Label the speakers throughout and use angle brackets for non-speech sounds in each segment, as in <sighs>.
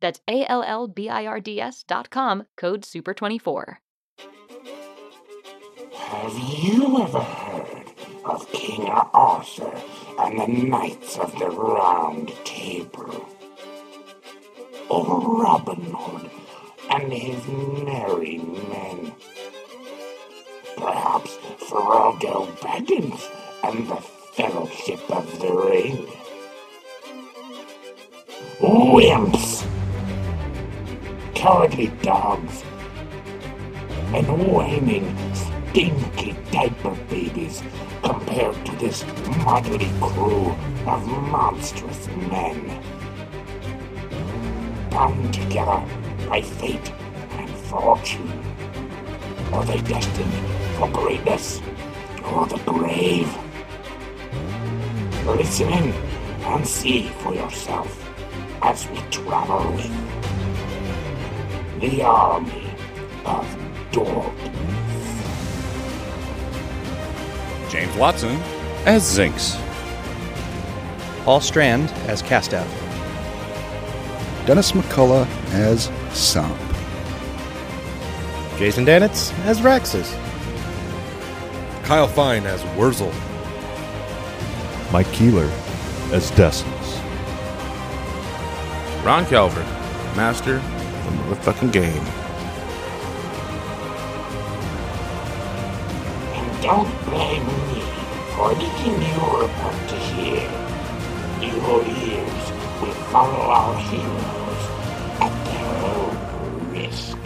Speaker 1: That's A L L B I R D S dot com, code SUPER24.
Speaker 2: Have you ever heard of King Arthur and the Knights of the Round Table? Or Robin Hood and his merry men? Perhaps Frodo Baggins and the Fellowship of the Ring? Wimps! Cowardly dogs! and whining, stinky diaper babies compared to this motley crew of monstrous men. Bound together by fate and fortune. Are they destined for greatness or the grave? Listen in and see for yourself as we travel with the army of dogs.
Speaker 3: James Watson as Zinx.
Speaker 4: Paul Strand as Castav.
Speaker 5: Dennis McCullough as Somp.
Speaker 6: Jason Danitz as Raxus.
Speaker 3: Kyle Fine as Wurzel.
Speaker 7: Mike Keeler as Destins.
Speaker 8: Ron Calvert, master of the motherfucking game.
Speaker 2: And don't blame me for anything you're about to hear. Your ears will follow our heroes at their own risk.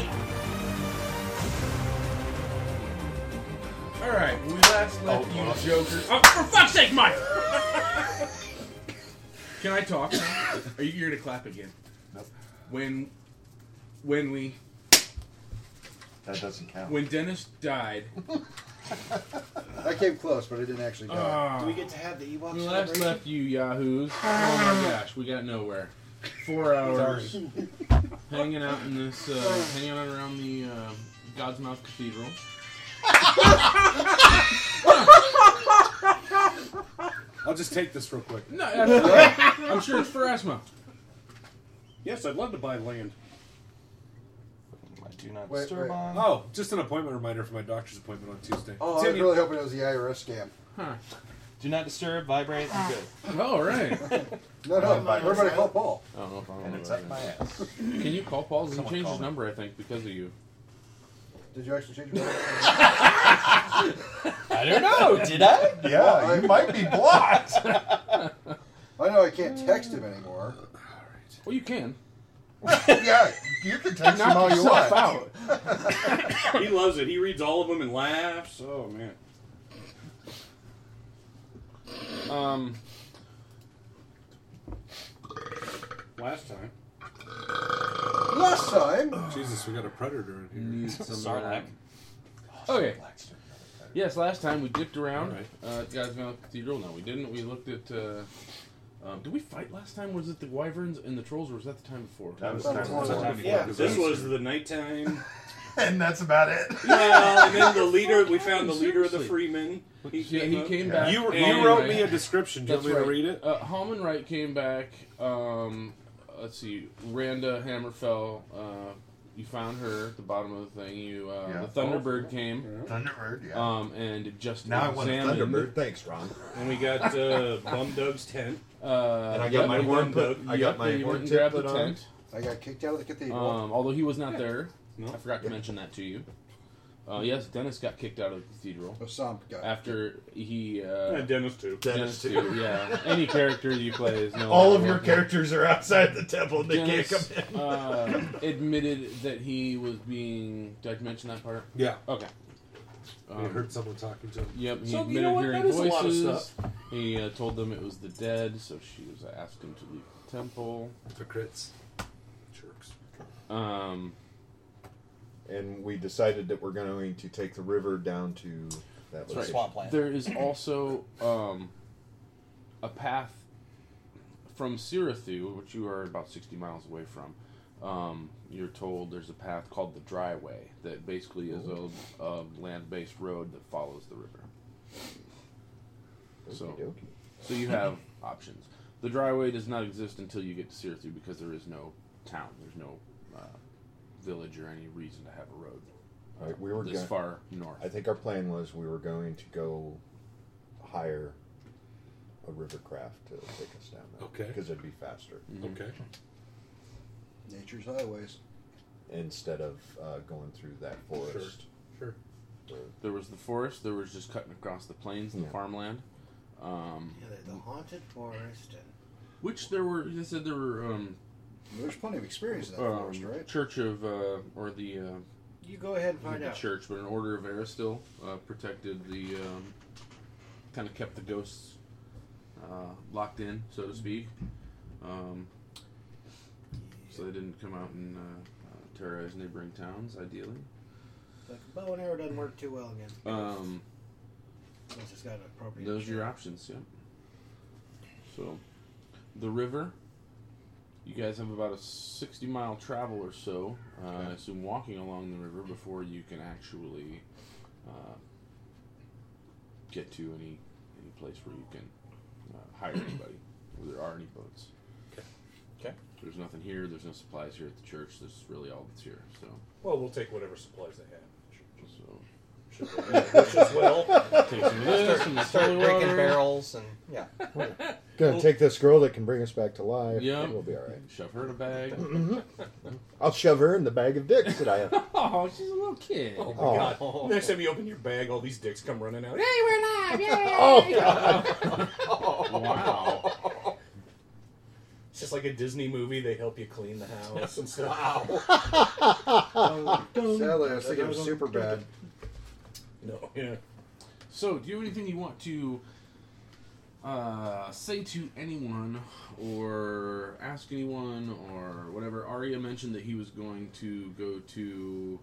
Speaker 9: All right, when we last left you, Joker. Oh, for fuck's sake, Mike! <laughs> Can I talk? now? Are you here to clap again?
Speaker 10: Nope.
Speaker 9: When, when we,
Speaker 10: That doesn't count.
Speaker 9: when Dennis died,
Speaker 11: I came close, but I didn't actually die.
Speaker 10: Do we get to have the Ewok
Speaker 9: we last left you, yahoos. Oh my gosh, we got nowhere. Four hours hanging out in this, uh, hanging out around the uh, God's Mouth Cathedral.
Speaker 10: I'll just take this real quick.
Speaker 9: No, that's all right. I'm sure it's for asthma.
Speaker 10: Yes, I'd love to buy land.
Speaker 7: I do not
Speaker 11: Wait,
Speaker 7: disturb
Speaker 11: wait.
Speaker 7: on.
Speaker 10: Oh, just an appointment reminder for my doctor's appointment on Tuesday.
Speaker 11: Oh, I was really hoping it was the IRS scam.
Speaker 9: Huh.
Speaker 7: Do not disturb, vibrate, and good.
Speaker 9: All right.
Speaker 11: No, no, everybody call Paul.
Speaker 9: I don't know if I'm
Speaker 7: And
Speaker 9: gonna
Speaker 7: it's
Speaker 9: write
Speaker 7: up
Speaker 9: it.
Speaker 7: my ass.
Speaker 9: Can you call Paul? He
Speaker 7: Someone
Speaker 9: changed
Speaker 7: call
Speaker 9: his
Speaker 7: me.
Speaker 9: number, I think, because of you.
Speaker 11: Did you actually change your mind?
Speaker 7: I don't know. Did I?
Speaker 11: Yeah,
Speaker 7: you might be blocked.
Speaker 11: I know I can't text him anymore.
Speaker 9: Well, you can.
Speaker 11: yeah, you can text him all you want.
Speaker 9: Wow.
Speaker 10: he loves it. He reads all of them and laughs. Oh man.
Speaker 9: Um,
Speaker 10: Last time.
Speaker 11: <laughs> Last time,
Speaker 10: Jesus, we got a predator in <laughs> here.
Speaker 7: Sarlacc.
Speaker 9: okay. Oh, Yes, last time we dipped around
Speaker 10: All right.
Speaker 9: uh, at God's Mouth Cathedral. No, we didn't. We looked at. Uh, um, did we fight last time? Was it the wyverns and the trolls, or was that the time before?
Speaker 7: That was
Speaker 11: That
Speaker 7: time.
Speaker 11: was
Speaker 7: time.
Speaker 11: time.
Speaker 10: Yeah, this was the nighttime.
Speaker 7: <laughs> And that's about it.
Speaker 10: <laughs> well, and then the leader. We found the leader of the
Speaker 9: Seriously.
Speaker 10: Freemen. He
Speaker 9: Yeah,
Speaker 10: came,
Speaker 9: he
Speaker 10: up.
Speaker 9: came back.
Speaker 10: You,
Speaker 9: and-
Speaker 10: you wrote me a description. Do you
Speaker 9: That's
Speaker 10: want me
Speaker 9: right.
Speaker 10: to read it?
Speaker 9: Uh, Hallman Wright came back. Um, let's see. Randa Hammerfell. Uh, you found her at the bottom of the thing. You uh,
Speaker 5: Yeah.
Speaker 9: the Thunderbird came.
Speaker 5: Thunderbird, yeah.
Speaker 9: Um, and just
Speaker 7: Now I want a
Speaker 9: examined,
Speaker 7: Thunderbird. Thanks, Ron.
Speaker 10: And we got uh, Bum Doug's tent.
Speaker 9: Uh,
Speaker 7: And I got
Speaker 9: yep,
Speaker 7: my
Speaker 9: he
Speaker 7: horn
Speaker 9: went and-
Speaker 7: put- I got
Speaker 9: yep,
Speaker 7: my
Speaker 9: he went
Speaker 7: horn
Speaker 9: and
Speaker 7: tip
Speaker 9: grabbed the
Speaker 7: put on.
Speaker 9: tent.
Speaker 11: I got kicked out of the cathedral.
Speaker 9: Um, although he was not there,
Speaker 10: No.
Speaker 9: I forgot to mention that to you. Uh, yes, Dennis got kicked out of the cathedral.
Speaker 11: Osama got
Speaker 9: after he. Uh,
Speaker 10: Yeah, Dennis too. Dennis
Speaker 9: Dennis, too.
Speaker 10: too.
Speaker 9: Yeah, any character you play is no.
Speaker 7: All
Speaker 9: longer
Speaker 7: of your
Speaker 9: welcome.
Speaker 7: characters are outside the temple and they can't
Speaker 9: Dennis,
Speaker 7: come in.
Speaker 9: uh, admitted that he was being. Did I mention that part?
Speaker 12: Yeah.
Speaker 9: Okay.
Speaker 12: I
Speaker 13: Um,
Speaker 12: heard someone talking to him.
Speaker 9: Yep. He
Speaker 12: So, you
Speaker 9: admitted
Speaker 12: know what?
Speaker 9: hearing
Speaker 12: That is a lot of
Speaker 9: voices.
Speaker 12: stuff.
Speaker 9: He uh, told them it was the dead, so she was asked him to leave the temple.
Speaker 12: Hypocrites. Jerks.
Speaker 9: Um,
Speaker 13: and we decided that we're going to take the river down to that
Speaker 9: That's right.
Speaker 13: location.
Speaker 9: There is also um, a path from Sirathu, which you are about 60 miles away from. Um, you're told there's a path called the Dry Way that basically is a, a land based road that follows the river. So, so you have <laughs> options. The dryway does not exist until you get to Sirathu because there is no town. There's no uh, village or any reason to have a road.
Speaker 13: All right, we were
Speaker 9: this
Speaker 13: go-
Speaker 9: far north.
Speaker 13: I think our plan was we were going to go hire a river craft to take us down there.
Speaker 12: Okay.
Speaker 13: Because it'd be faster.
Speaker 4: Hmm.
Speaker 12: Okay.
Speaker 11: Nature's highways.
Speaker 13: Instead of uh, going through that forest.
Speaker 12: Sure.
Speaker 9: There was the forest. There was just cutting across the plains and
Speaker 13: Yeah.
Speaker 9: the farmland. Um,
Speaker 14: Yeah, the- the haunted forest and
Speaker 9: which there were. They said there were. Um,
Speaker 11: There's plenty of experience in that
Speaker 9: um,
Speaker 11: forest, right?
Speaker 9: Church of uh, or the. Uh,
Speaker 14: You go ahead and
Speaker 9: not
Speaker 14: find
Speaker 9: the
Speaker 14: out.
Speaker 9: Church, but an order of Aristil uh, protected the. Um, kind of kept the ghosts uh, locked in, so to speak. Um, so they didn't come out and uh, uh, terrorize neighboring towns, ideally.
Speaker 14: Like bow and arrow doesn't work too well against ghosts,
Speaker 9: Um,
Speaker 14: unless it's got an appropriate.
Speaker 9: Those are your options, yeah. So, the river. You guys have about a sixty-mile travel or so. Uh, I assume walking along the river before you can actually uh, get to any any place where you can
Speaker 10: <clears throat>
Speaker 9: uh, hire anybody, where there are any boats.
Speaker 10: Okay.
Speaker 9: There's nothing here. There's no supplies here at the church. There's really all that's here. So.
Speaker 10: Well, we'll take whatever supplies they have.
Speaker 9: So.
Speaker 10: Sure. Which is <laughs> well.
Speaker 9: Take some
Speaker 10: <laughs>
Speaker 9: of this,
Speaker 10: Start-
Speaker 9: and this
Speaker 10: start
Speaker 9: holy
Speaker 10: breaking
Speaker 9: water.
Speaker 10: barrels and-
Speaker 4: Yeah.
Speaker 13: Gonna take this girl that can bring us back to life.
Speaker 9: Yeah.
Speaker 13: We'll be all right.
Speaker 9: Shove her in a bag.
Speaker 10: <laughs>
Speaker 13: I'll shove her in the bag of dicks that I <laughs> have.
Speaker 9: oh, she's a little kid.
Speaker 10: Oh, my
Speaker 13: Oh.
Speaker 10: God. Next time you open your bag, all these dicks come running out. Hey,
Speaker 9: we're live! Yay!
Speaker 10: oh,
Speaker 13: God.
Speaker 10: wow. It's just like a Disney movie. They help you clean the house and stuff.
Speaker 11: Wow. Sadly, I was thinking of super bad.
Speaker 10: No. Yeah.
Speaker 9: So, do you have anything you want to uh, say to anyone, or ask anyone, or whatever? Arya mentioned that he was going to go to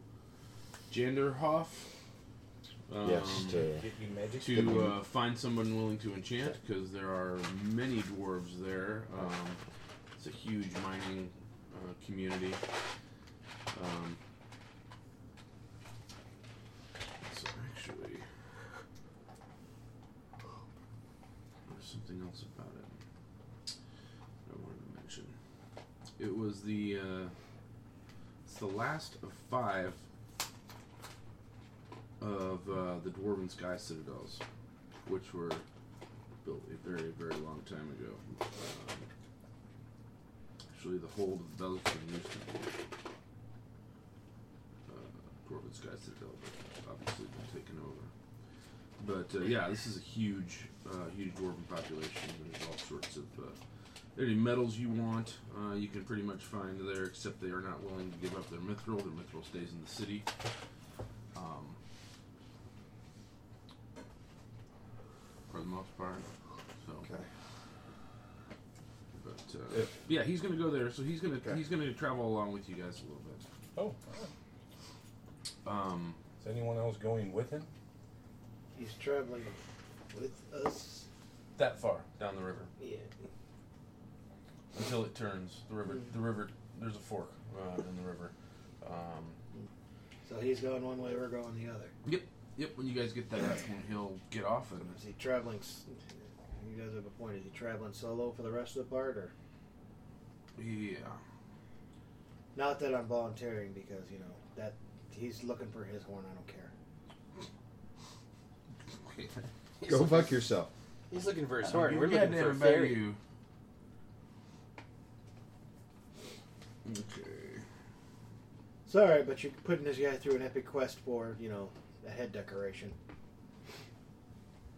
Speaker 9: Janderhof.
Speaker 4: Um,
Speaker 13: Yes, to-
Speaker 10: Get you magic.
Speaker 9: to uh, find someone willing to enchant, because there are many dwarves there. Um, it's a huge mining uh, community. Um, so actually, there's something else about it I wanted to mention. It was the uh, it's the last of five of uh, the dwarven sky citadels, which were built a very very long time ago. Um, actually, the hold of Belgium used to be uh, dwarven sky citadel, but obviously been taken over. But uh, yeah, this is a huge, uh, huge dwarven population. There's all sorts of uh, any metals you want, uh, you can pretty much find there. Except they are not willing to give up their mithril. Their mithril stays in the city. Um, for the most part. So. Okay. But uh, yeah, he's gonna go there. So he's gonna he's gonna travel along with you guys a little bit.
Speaker 10: Oh.
Speaker 9: Um,
Speaker 10: Is anyone else going with him?
Speaker 14: He's traveling with us.
Speaker 9: that far down the river
Speaker 14: Yeah.
Speaker 9: until it turns the river.
Speaker 4: Mm.
Speaker 9: The river. There's a fork uh, in the river. Um,
Speaker 14: So he's going one way, we're going the other.
Speaker 9: yep. Yep. When you guys get there, that's when he'll get off and
Speaker 14: Is he traveling? s- You guys have a point. Is he traveling solo for the rest of the part, or
Speaker 9: yeah.
Speaker 14: not? That I'm volunteering because you know that he's looking for his horn. I don't care.
Speaker 13: Go fuck yourself.
Speaker 14: He's looking for
Speaker 4: his horn. We're
Speaker 9: You
Speaker 4: looking
Speaker 9: goddamn
Speaker 4: for a
Speaker 9: about
Speaker 4: fairy.
Speaker 9: you. Okay.
Speaker 14: It's all right, but you're putting this guy through an epic quest for you know a head decoration.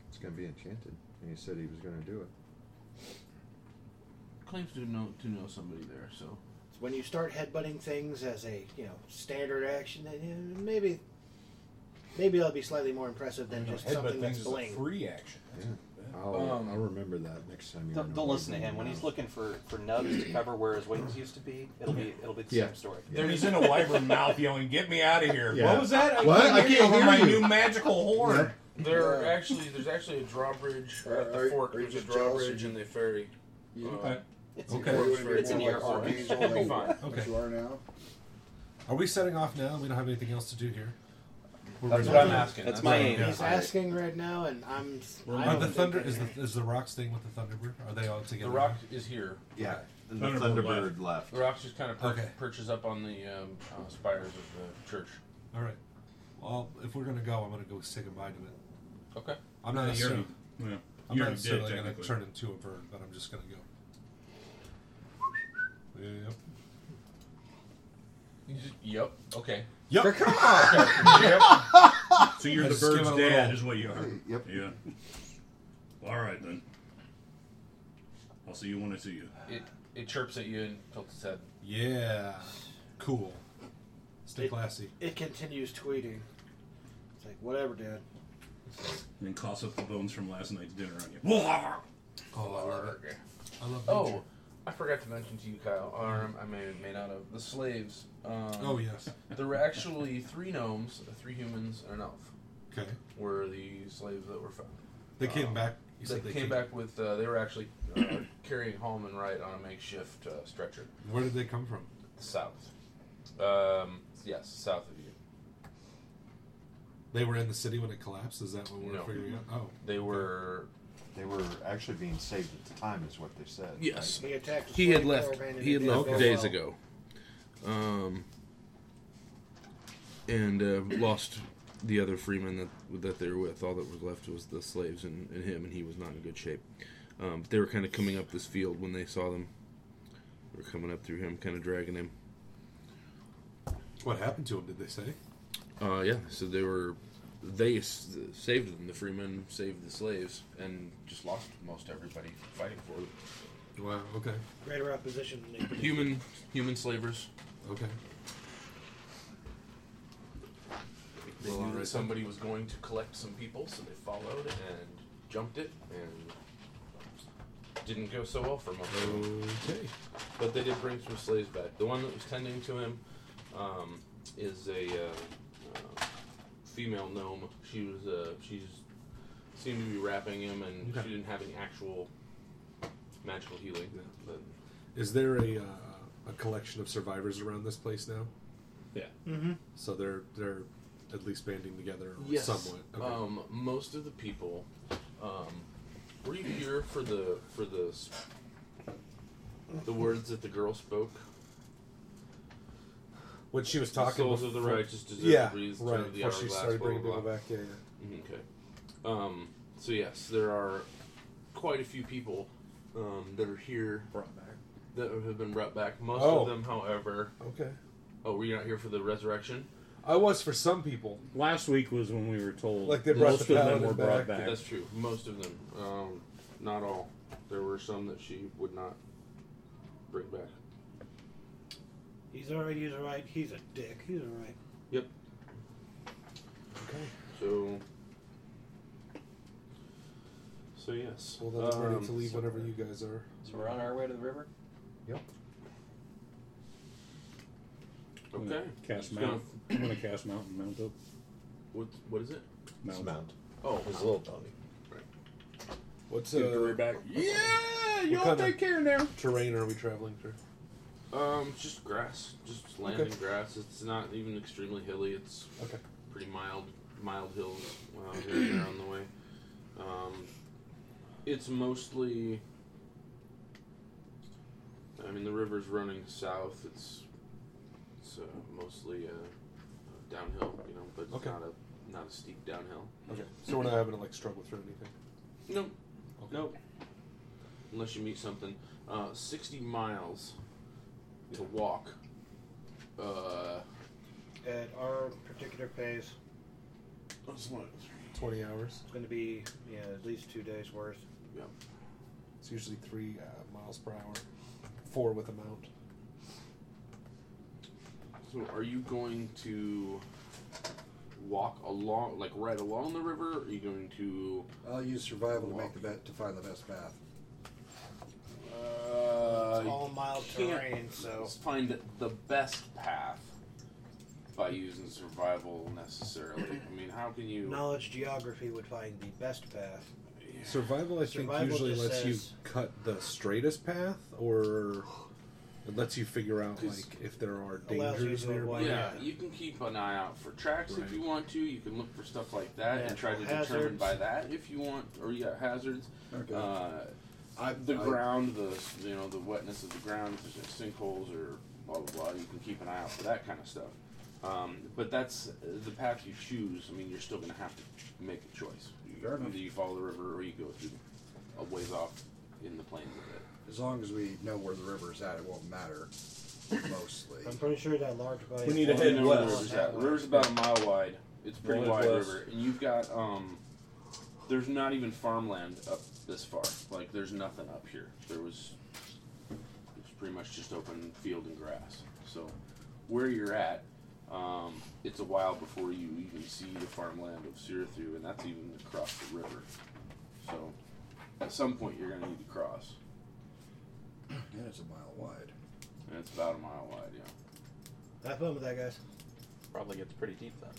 Speaker 13: It's going to be enchanted. And he said he was going to do it.
Speaker 9: Claims to know to know somebody there, so
Speaker 14: It's when you start headbutting things as a you know standard action, then you, maybe maybe that'll be slightly more impressive than just something that's bling.
Speaker 13: action. Yeah. I'll,
Speaker 14: Um,
Speaker 13: I'll remember that next time you're in
Speaker 4: Don't,
Speaker 13: a
Speaker 4: don't
Speaker 13: wave
Speaker 4: listen to
Speaker 13: room.
Speaker 4: him. When he's looking for, for nubs to cover where his wings used to be, it'll be it'll be the
Speaker 13: Yeah.
Speaker 4: same story.
Speaker 13: There
Speaker 12: he's in a wyvern mouth yelling, "Get me out of here!"
Speaker 4: Yeah.
Speaker 12: What was that?
Speaker 4: What?
Speaker 12: couldn't
Speaker 4: I
Speaker 12: hear
Speaker 4: can't
Speaker 12: over
Speaker 4: hear
Speaker 12: my
Speaker 4: you.
Speaker 12: new magical horn.
Speaker 9: There are actually there's actually a drawbridge at the fork. There's a drawbridge in the ferry. Uh,
Speaker 12: It's
Speaker 9: okay.
Speaker 12: okay.
Speaker 9: ferry. So
Speaker 11: <laughs>
Speaker 9: It'll be fine.
Speaker 12: Okay.
Speaker 11: You are now.
Speaker 12: Are we setting off now? We don't have anything else to do here. We're
Speaker 4: That's
Speaker 12: ready.
Speaker 4: what I'm asking. That's That's my what I'm aim.
Speaker 14: He's asking right now, and I'm.
Speaker 12: We're-
Speaker 14: I
Speaker 12: Are
Speaker 14: don't
Speaker 12: the
Speaker 14: think
Speaker 12: thunder
Speaker 14: that-
Speaker 12: is the is the rock staying with the Thunderbird? Are they all together?
Speaker 9: The rock is here.
Speaker 12: Yeah.
Speaker 9: Okay.
Speaker 12: The Thunderbird left.
Speaker 9: The rock just kind of per-
Speaker 12: Okay.
Speaker 9: perches up on the um, uh, spires of the church.
Speaker 12: All right. Well, if we're gonna go, I'm gonna go say goodbye to it.
Speaker 9: Okay.
Speaker 12: I'm not
Speaker 9: Yeah, you're-
Speaker 12: necessarily.
Speaker 9: yeah.
Speaker 12: I'm
Speaker 9: You're
Speaker 12: not
Speaker 9: dead,
Speaker 12: necessarily gonna
Speaker 9: technically.
Speaker 12: turn into a bird, but I'm just gonna go. Yep.
Speaker 9: You just- yep. Okay.
Speaker 12: Yep.
Speaker 9: Come on.
Speaker 15: <laughs>
Speaker 9: Okay. Yep.
Speaker 15: So you're
Speaker 12: I
Speaker 15: the
Speaker 12: just give
Speaker 15: bird's
Speaker 12: it a
Speaker 15: dad,
Speaker 12: little-
Speaker 15: is what you are.
Speaker 13: Yep.
Speaker 15: Yeah. All right then. I'll see you when I see you.
Speaker 9: It it chirps at you and tilts its head.
Speaker 12: Yeah. Cool. Stay classy.
Speaker 14: It continues tweeting. It's like whatever, Dad.
Speaker 15: And then toss up the bones from last night's dinner on you. Oh,
Speaker 12: I love
Speaker 9: it.
Speaker 12: I love
Speaker 9: Oh,
Speaker 12: nature.
Speaker 9: I forgot to mention to you, Kyle. Arm I made made out of the slaves. Um,
Speaker 12: Oh, yes.
Speaker 9: There were actually three gnomes, three humans, and an elf.
Speaker 12: Okay.
Speaker 9: Were the slaves that were found?
Speaker 12: They came back-
Speaker 9: Um, They,
Speaker 12: you said they
Speaker 9: came
Speaker 12: came-
Speaker 9: back with. Uh, they were actually uh, <coughs> carrying Hallman Wright on a makeshift uh, stretcher.
Speaker 12: Where did they come from?
Speaker 9: The south. Um, yes, south of you.
Speaker 12: They were in the city when it collapsed. Is that what we're
Speaker 9: No.
Speaker 12: figuring out? Oh.
Speaker 9: They were.
Speaker 13: They were actually being saved at the time, is what they said.
Speaker 9: Yes.
Speaker 13: right?
Speaker 9: He had left. He had left days ago. Um, and uh, lost the other freeman that that they were with. All that was left was the slaves and, and him, and he was not in good shape. Um, but they were kind of coming up this field when they saw them. They were coming up through him, kind of dragging him.
Speaker 12: What happened to him? Did they say?
Speaker 9: Uh, yeah, so they were. They s- saved them. The freemen saved the slaves, and just lost most everybody fighting for them.
Speaker 12: Wow. Okay.
Speaker 14: Greater opposition. than they-
Speaker 9: Human, human slavers.
Speaker 12: Okay.
Speaker 9: They knew
Speaker 12: Well, alright
Speaker 9: that
Speaker 12: then.
Speaker 9: somebody was going to collect some people, so they followed and jumped it, and didn't go so well for most of them.
Speaker 12: Okay.
Speaker 9: But they did bring some slaves back. The one that was tending to him um, is a uh, uh, female gnome. She was uh, she's seemed to be wrapping him, and
Speaker 12: Okay.
Speaker 9: she didn't have any actual magical healing. But
Speaker 12: Is there a uh, a collection of survivors around this place now?
Speaker 9: Yeah.
Speaker 12: Mm-hmm. So they're they're at least banding together or
Speaker 9: Yes.
Speaker 12: somewhat. Okay.
Speaker 9: Um, most of the people. Um, were you here for the for the s- the words that the girl spoke?
Speaker 12: when she was
Speaker 9: The
Speaker 12: talking,
Speaker 9: souls of the
Speaker 12: before-
Speaker 9: righteous deserve
Speaker 12: yeah,
Speaker 9: to breathe.
Speaker 12: right.
Speaker 9: Turn of the
Speaker 12: before she
Speaker 9: hourglass,
Speaker 12: started
Speaker 9: blah,
Speaker 12: bringing
Speaker 9: blah,
Speaker 12: people
Speaker 9: blah.
Speaker 12: back, yeah, yeah.
Speaker 9: Mhm, Okay. Um, so yes, there are quite a few people um, that are here brought back that have been brought back. Most
Speaker 12: Oh.
Speaker 9: of them, however,
Speaker 12: Okay.
Speaker 9: Oh, were you not here for the resurrection?
Speaker 12: I was for some people.
Speaker 16: Last week was when we were told
Speaker 12: Like they brought
Speaker 16: most
Speaker 12: the
Speaker 16: of them
Speaker 12: paladin
Speaker 16: were brought
Speaker 12: back.
Speaker 16: back.
Speaker 9: That's true. Most of them. Um, not all. There were some that she would not bring back.
Speaker 14: He's already. He's all right. He's a dick. He's all right.
Speaker 9: Yep.
Speaker 12: Okay.
Speaker 9: So. So yes.
Speaker 12: Well, then I'm ready
Speaker 9: Um,
Speaker 12: to leave whenever you guys are.
Speaker 4: So we're on our way to the river.
Speaker 12: Yep.
Speaker 9: Okay.
Speaker 16: Cast
Speaker 9: It's gonna-
Speaker 16: mount. I'm gonna cast mount and mount up.
Speaker 9: What what is it?
Speaker 16: Mount.
Speaker 13: It's mount.
Speaker 9: Oh,
Speaker 13: It's a little dummy.
Speaker 12: What's uh,
Speaker 16: Give her back.
Speaker 9: Yeah,
Speaker 12: what
Speaker 16: y'all
Speaker 12: kind of
Speaker 16: take care now.
Speaker 12: Terrain are we traveling through?
Speaker 9: Um, it's just grass, just land
Speaker 12: Okay.
Speaker 9: and grass. It's not even extremely hilly. It's
Speaker 12: Okay.
Speaker 9: pretty mild, mild hills um, here and there on the way. Um, it's mostly. I mean, the river's running south. It's it's uh, mostly uh, downhill, you know, but it's
Speaker 12: Okay.
Speaker 9: not a not a steep downhill.
Speaker 12: Okay. So we're not having to like struggle through anything.
Speaker 9: Nope. Nope. Unless you meet something. Uh, 60 miles to walk. Uh,
Speaker 14: at our particular pace, Oh,
Speaker 9: That's what.
Speaker 14: twenty hours. It's going to be yeah at least two days worth.
Speaker 9: Yep.
Speaker 12: It's usually three uh, miles per hour, four with a mount.
Speaker 9: So are you going to walk along, like right along the river? Or are you going to?
Speaker 11: I'll use survival to make the bet to find the best path.
Speaker 9: Uh,
Speaker 14: It's all mild
Speaker 9: you can't
Speaker 14: terrain, so-
Speaker 9: find the best path by using survival necessarily. I mean, how can you?
Speaker 14: Knowledge geography would find the best path.
Speaker 12: Survival, I think,
Speaker 14: Survival
Speaker 12: usually
Speaker 14: just
Speaker 12: lets
Speaker 14: says-
Speaker 12: you cut the straightest path, or it lets you figure out like if there are
Speaker 14: Allows you
Speaker 12: dangers
Speaker 14: to
Speaker 12: nearby.
Speaker 9: yeah, you can keep an eye out for tracks if you want to. You can look for stuff like that and try to
Speaker 14: Natural
Speaker 9: determine
Speaker 14: hazards.
Speaker 9: by that if you want, or yeah, hazards.
Speaker 11: Okay.
Speaker 9: Uh, the ground, the you know the wetness of the ground, if there's sinkholes or blah blah blah. You can keep an eye out for that kind of stuff. Um, but that's uh, the path you choose. I mean, you're still going to have to make a choice. You-
Speaker 11: Fair enough.
Speaker 9: Either you follow the river or you go through a ways off in the plains of it.
Speaker 11: As long as we know where the river is at, it won't matter. Mostly.
Speaker 17: <laughs>
Speaker 14: I'm pretty sure that large body.
Speaker 11: We need to
Speaker 14: of
Speaker 11: head
Speaker 14: water
Speaker 9: You know where the
Speaker 14: is
Speaker 9: river's
Speaker 14: that
Speaker 9: at.
Speaker 14: way.
Speaker 9: The river's about a mile wide. It's a pretty
Speaker 16: Well,
Speaker 9: wide
Speaker 16: it's
Speaker 9: river, and you've got um, there's not even farmland up this far. Like there's nothing up here. There was, it's pretty much just open field and grass. So where you're at, um, it's a while before you even see the farmland of Sirathu, and that's even across the river. So at some point you're gonna need to cross,
Speaker 11: And it's a mile wide.
Speaker 9: and it's about a mile wide. Yeah.
Speaker 14: Have fun with that, guys.
Speaker 4: Probably gets pretty deep then.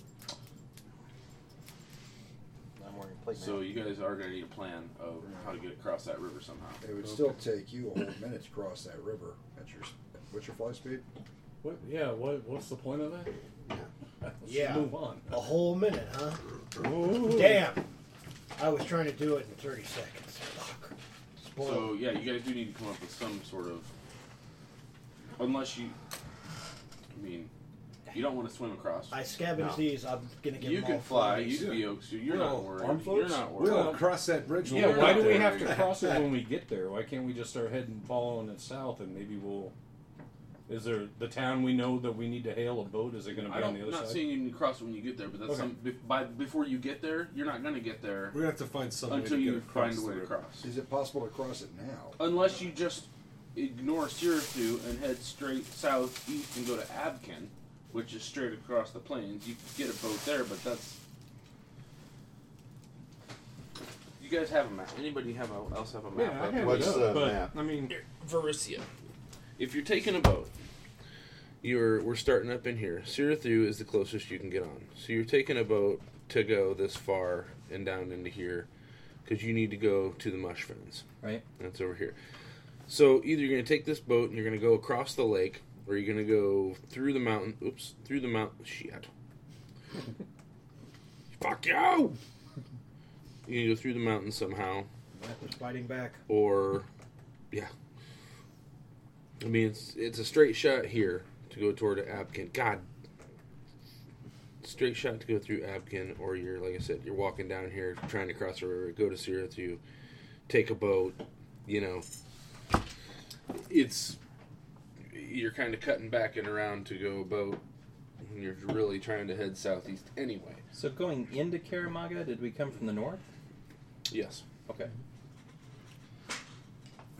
Speaker 4: I'm wearing plate.
Speaker 9: So you guys are gonna need a plan of how to get across that river somehow.
Speaker 11: It would still take you a whole minute to cross that river. At your, what's your fly speed?
Speaker 16: What? Yeah. What? What's the point of that? Let's
Speaker 14: Yeah.
Speaker 16: Move on.
Speaker 14: A whole minute, huh?
Speaker 16: Ooh.
Speaker 14: Damn! I was trying to do it in 30 seconds. Fuck.
Speaker 9: So
Speaker 14: Spoiled.
Speaker 9: yeah, you guys do need to come up with some sort of, unless you, I mean, you don't want to swim across.
Speaker 14: I scavenge
Speaker 9: No.
Speaker 14: these. I'm gonna get
Speaker 9: You
Speaker 14: them
Speaker 9: can
Speaker 14: all
Speaker 9: fly.
Speaker 14: flies.
Speaker 9: You can be oaks. You're not
Speaker 12: arm
Speaker 9: worried. You're
Speaker 12: floats?
Speaker 9: not worried.
Speaker 12: We'll cross that bridge. when
Speaker 16: Yeah,
Speaker 12: we're
Speaker 16: why
Speaker 12: out
Speaker 16: do we
Speaker 12: there. <laughs>
Speaker 16: have to cross it when we get there? Why can't we just start heading, following it south, and maybe we'll? Is there the town we know that we need to hail a boat? Is it going to
Speaker 9: I
Speaker 16: be
Speaker 9: don't,
Speaker 16: on the
Speaker 9: am
Speaker 16: other
Speaker 9: not
Speaker 16: side?
Speaker 9: saying you need to cross it when you get there, but that's
Speaker 16: Okay.
Speaker 9: some be- by before you get there, you're not gonna get there.
Speaker 12: We're gonna have to find some way
Speaker 9: until
Speaker 12: to get
Speaker 9: you
Speaker 12: across
Speaker 9: find a
Speaker 12: the
Speaker 9: way to
Speaker 12: river.
Speaker 9: cross.
Speaker 11: Is it possible to cross it now?
Speaker 9: Unless you just ignore Sirifu and head straight southeast and go to Abkin, which is straight across the plains. You could get a boat there, but that's. You guys have a map. Anybody have a, else have a map?
Speaker 16: Yeah, I
Speaker 9: up?
Speaker 16: have it What's up, the but, map? I mean,
Speaker 9: Varisia. If you're taking a boat, you're we're starting up in here. Sirathu is the closest you can get on. So you're taking a boat to go this far and down into here because you need to go to the mush fens.
Speaker 16: Right.
Speaker 9: That's over here. So either you're going to take this boat and you're going to go across the lake or you're going to go through the mountain. Oops, through the mountain. Shit. Fuck you! You can go through the mountain somehow
Speaker 14: That was biting back.
Speaker 9: or yeah. I mean, it's it's a straight shot here to go toward Abkin. God, straight shot to go through Abkin, or you're like I said, you're walking down here trying to cross the river, go to Sierra to take a boat. You know, it's you're kind of cutting back and around to go boat. and You're really trying to head southeast anyway.
Speaker 4: So going into Karamaga, did we come from the north?
Speaker 9: Yes.
Speaker 4: Okay.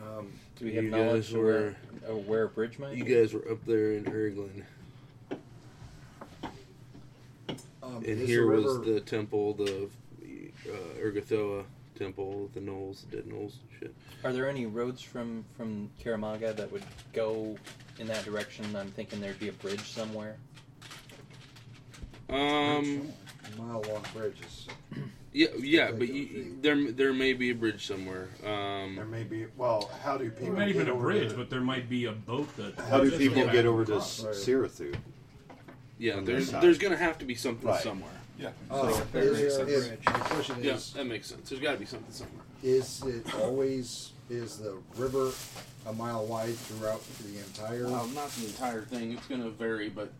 Speaker 11: Um,
Speaker 4: Do we have
Speaker 9: You
Speaker 4: knowledge
Speaker 9: guys
Speaker 4: of where, of where a bridge might?
Speaker 9: You guys were up there in Erglin.
Speaker 11: Um,
Speaker 9: And
Speaker 11: is
Speaker 9: here
Speaker 11: the
Speaker 9: was
Speaker 11: river-
Speaker 9: the temple, the uh, Ergothoa temple, the Knolls, the dead Knolls and shit.
Speaker 4: Are there any roads from from Karamaga that would go in that direction? I'm thinking there'd be a bridge somewhere.
Speaker 9: Um,
Speaker 11: mile long bridges.
Speaker 9: yeah, yeah, but you- you, there there may be a bridge somewhere. Um,
Speaker 13: There may be. Well, how do people?
Speaker 16: Not even
Speaker 13: get
Speaker 16: a
Speaker 13: over
Speaker 16: bridge,
Speaker 13: to-
Speaker 16: but there might be a boat that.
Speaker 13: How do
Speaker 16: Yeah.
Speaker 13: people get over to
Speaker 16: Cross.
Speaker 13: Sirathu?
Speaker 9: yeah,
Speaker 13: From
Speaker 9: there's
Speaker 13: their side.
Speaker 9: there's gonna have to be something
Speaker 13: Right.
Speaker 9: somewhere.
Speaker 13: Yeah.
Speaker 11: Oh,
Speaker 9: So-
Speaker 11: there is a bridge. The question
Speaker 9: Yeah,
Speaker 11: is-
Speaker 9: that makes sense. There's got to be something somewhere.
Speaker 11: Is it always is the river a mile wide throughout the entire?
Speaker 9: Well, Um,
Speaker 17: Um,
Speaker 9: not the entire thing. It's gonna vary, but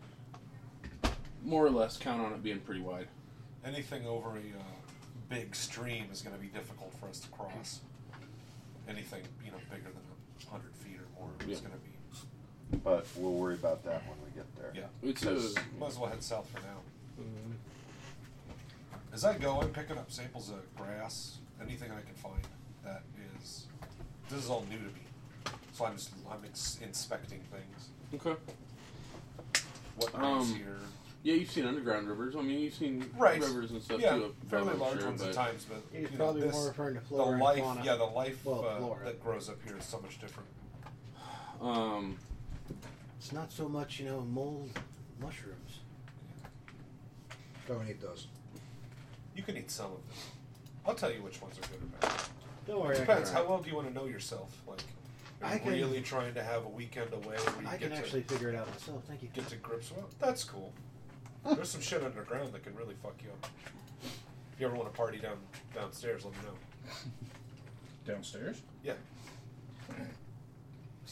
Speaker 9: more or less, count on it being pretty wide.
Speaker 12: Anything over a uh, big stream is going to be difficult for us to cross. Anything you know bigger than hundred feet or more is
Speaker 9: Yeah.
Speaker 12: going to be
Speaker 17: But we'll worry about that when we get there.
Speaker 9: Yeah. It's a-
Speaker 12: Might as well head south for now.
Speaker 4: Mm-hmm.
Speaker 12: As I go, I'm picking up samples of grass, anything I can find that is. This is all new to me, so I'm just I'm ex- inspecting things.
Speaker 9: Okay.
Speaker 12: What
Speaker 9: Um,
Speaker 12: breaks here?
Speaker 9: yeah, you've seen underground rivers. I mean, you've seen
Speaker 12: Right.
Speaker 9: rivers and stuff
Speaker 12: yeah,
Speaker 9: too.
Speaker 12: fairly
Speaker 9: I'm
Speaker 12: large
Speaker 9: sure,
Speaker 12: ones at
Speaker 9: but-
Speaker 12: times, but
Speaker 14: He's
Speaker 12: you know,
Speaker 14: probably
Speaker 12: this,
Speaker 14: more referring to
Speaker 12: the
Speaker 14: flora and
Speaker 12: life,
Speaker 14: fauna.
Speaker 12: yeah, the life
Speaker 14: Well,
Speaker 12: uh,
Speaker 14: flora.
Speaker 12: that grows up here is so much different.
Speaker 9: Um,
Speaker 14: It's not so much, you know, mold, mushrooms.
Speaker 11: Don't eat those.
Speaker 12: You can eat some of them. I'll tell you which ones are good or bad.
Speaker 14: Don't worry, I can-
Speaker 12: Depends. How well do you want to know yourself? Like, are
Speaker 14: I
Speaker 12: you
Speaker 14: can-
Speaker 12: really trying to have a weekend away where you
Speaker 14: I
Speaker 12: get
Speaker 14: can actually
Speaker 12: to
Speaker 14: figure it out myself. Thank you.
Speaker 12: get to grips with? That's cool. There's some shit underground that can really fuck you up. If you ever want to party down downstairs, let me know.
Speaker 18: Downstairs?
Speaker 12: Yeah.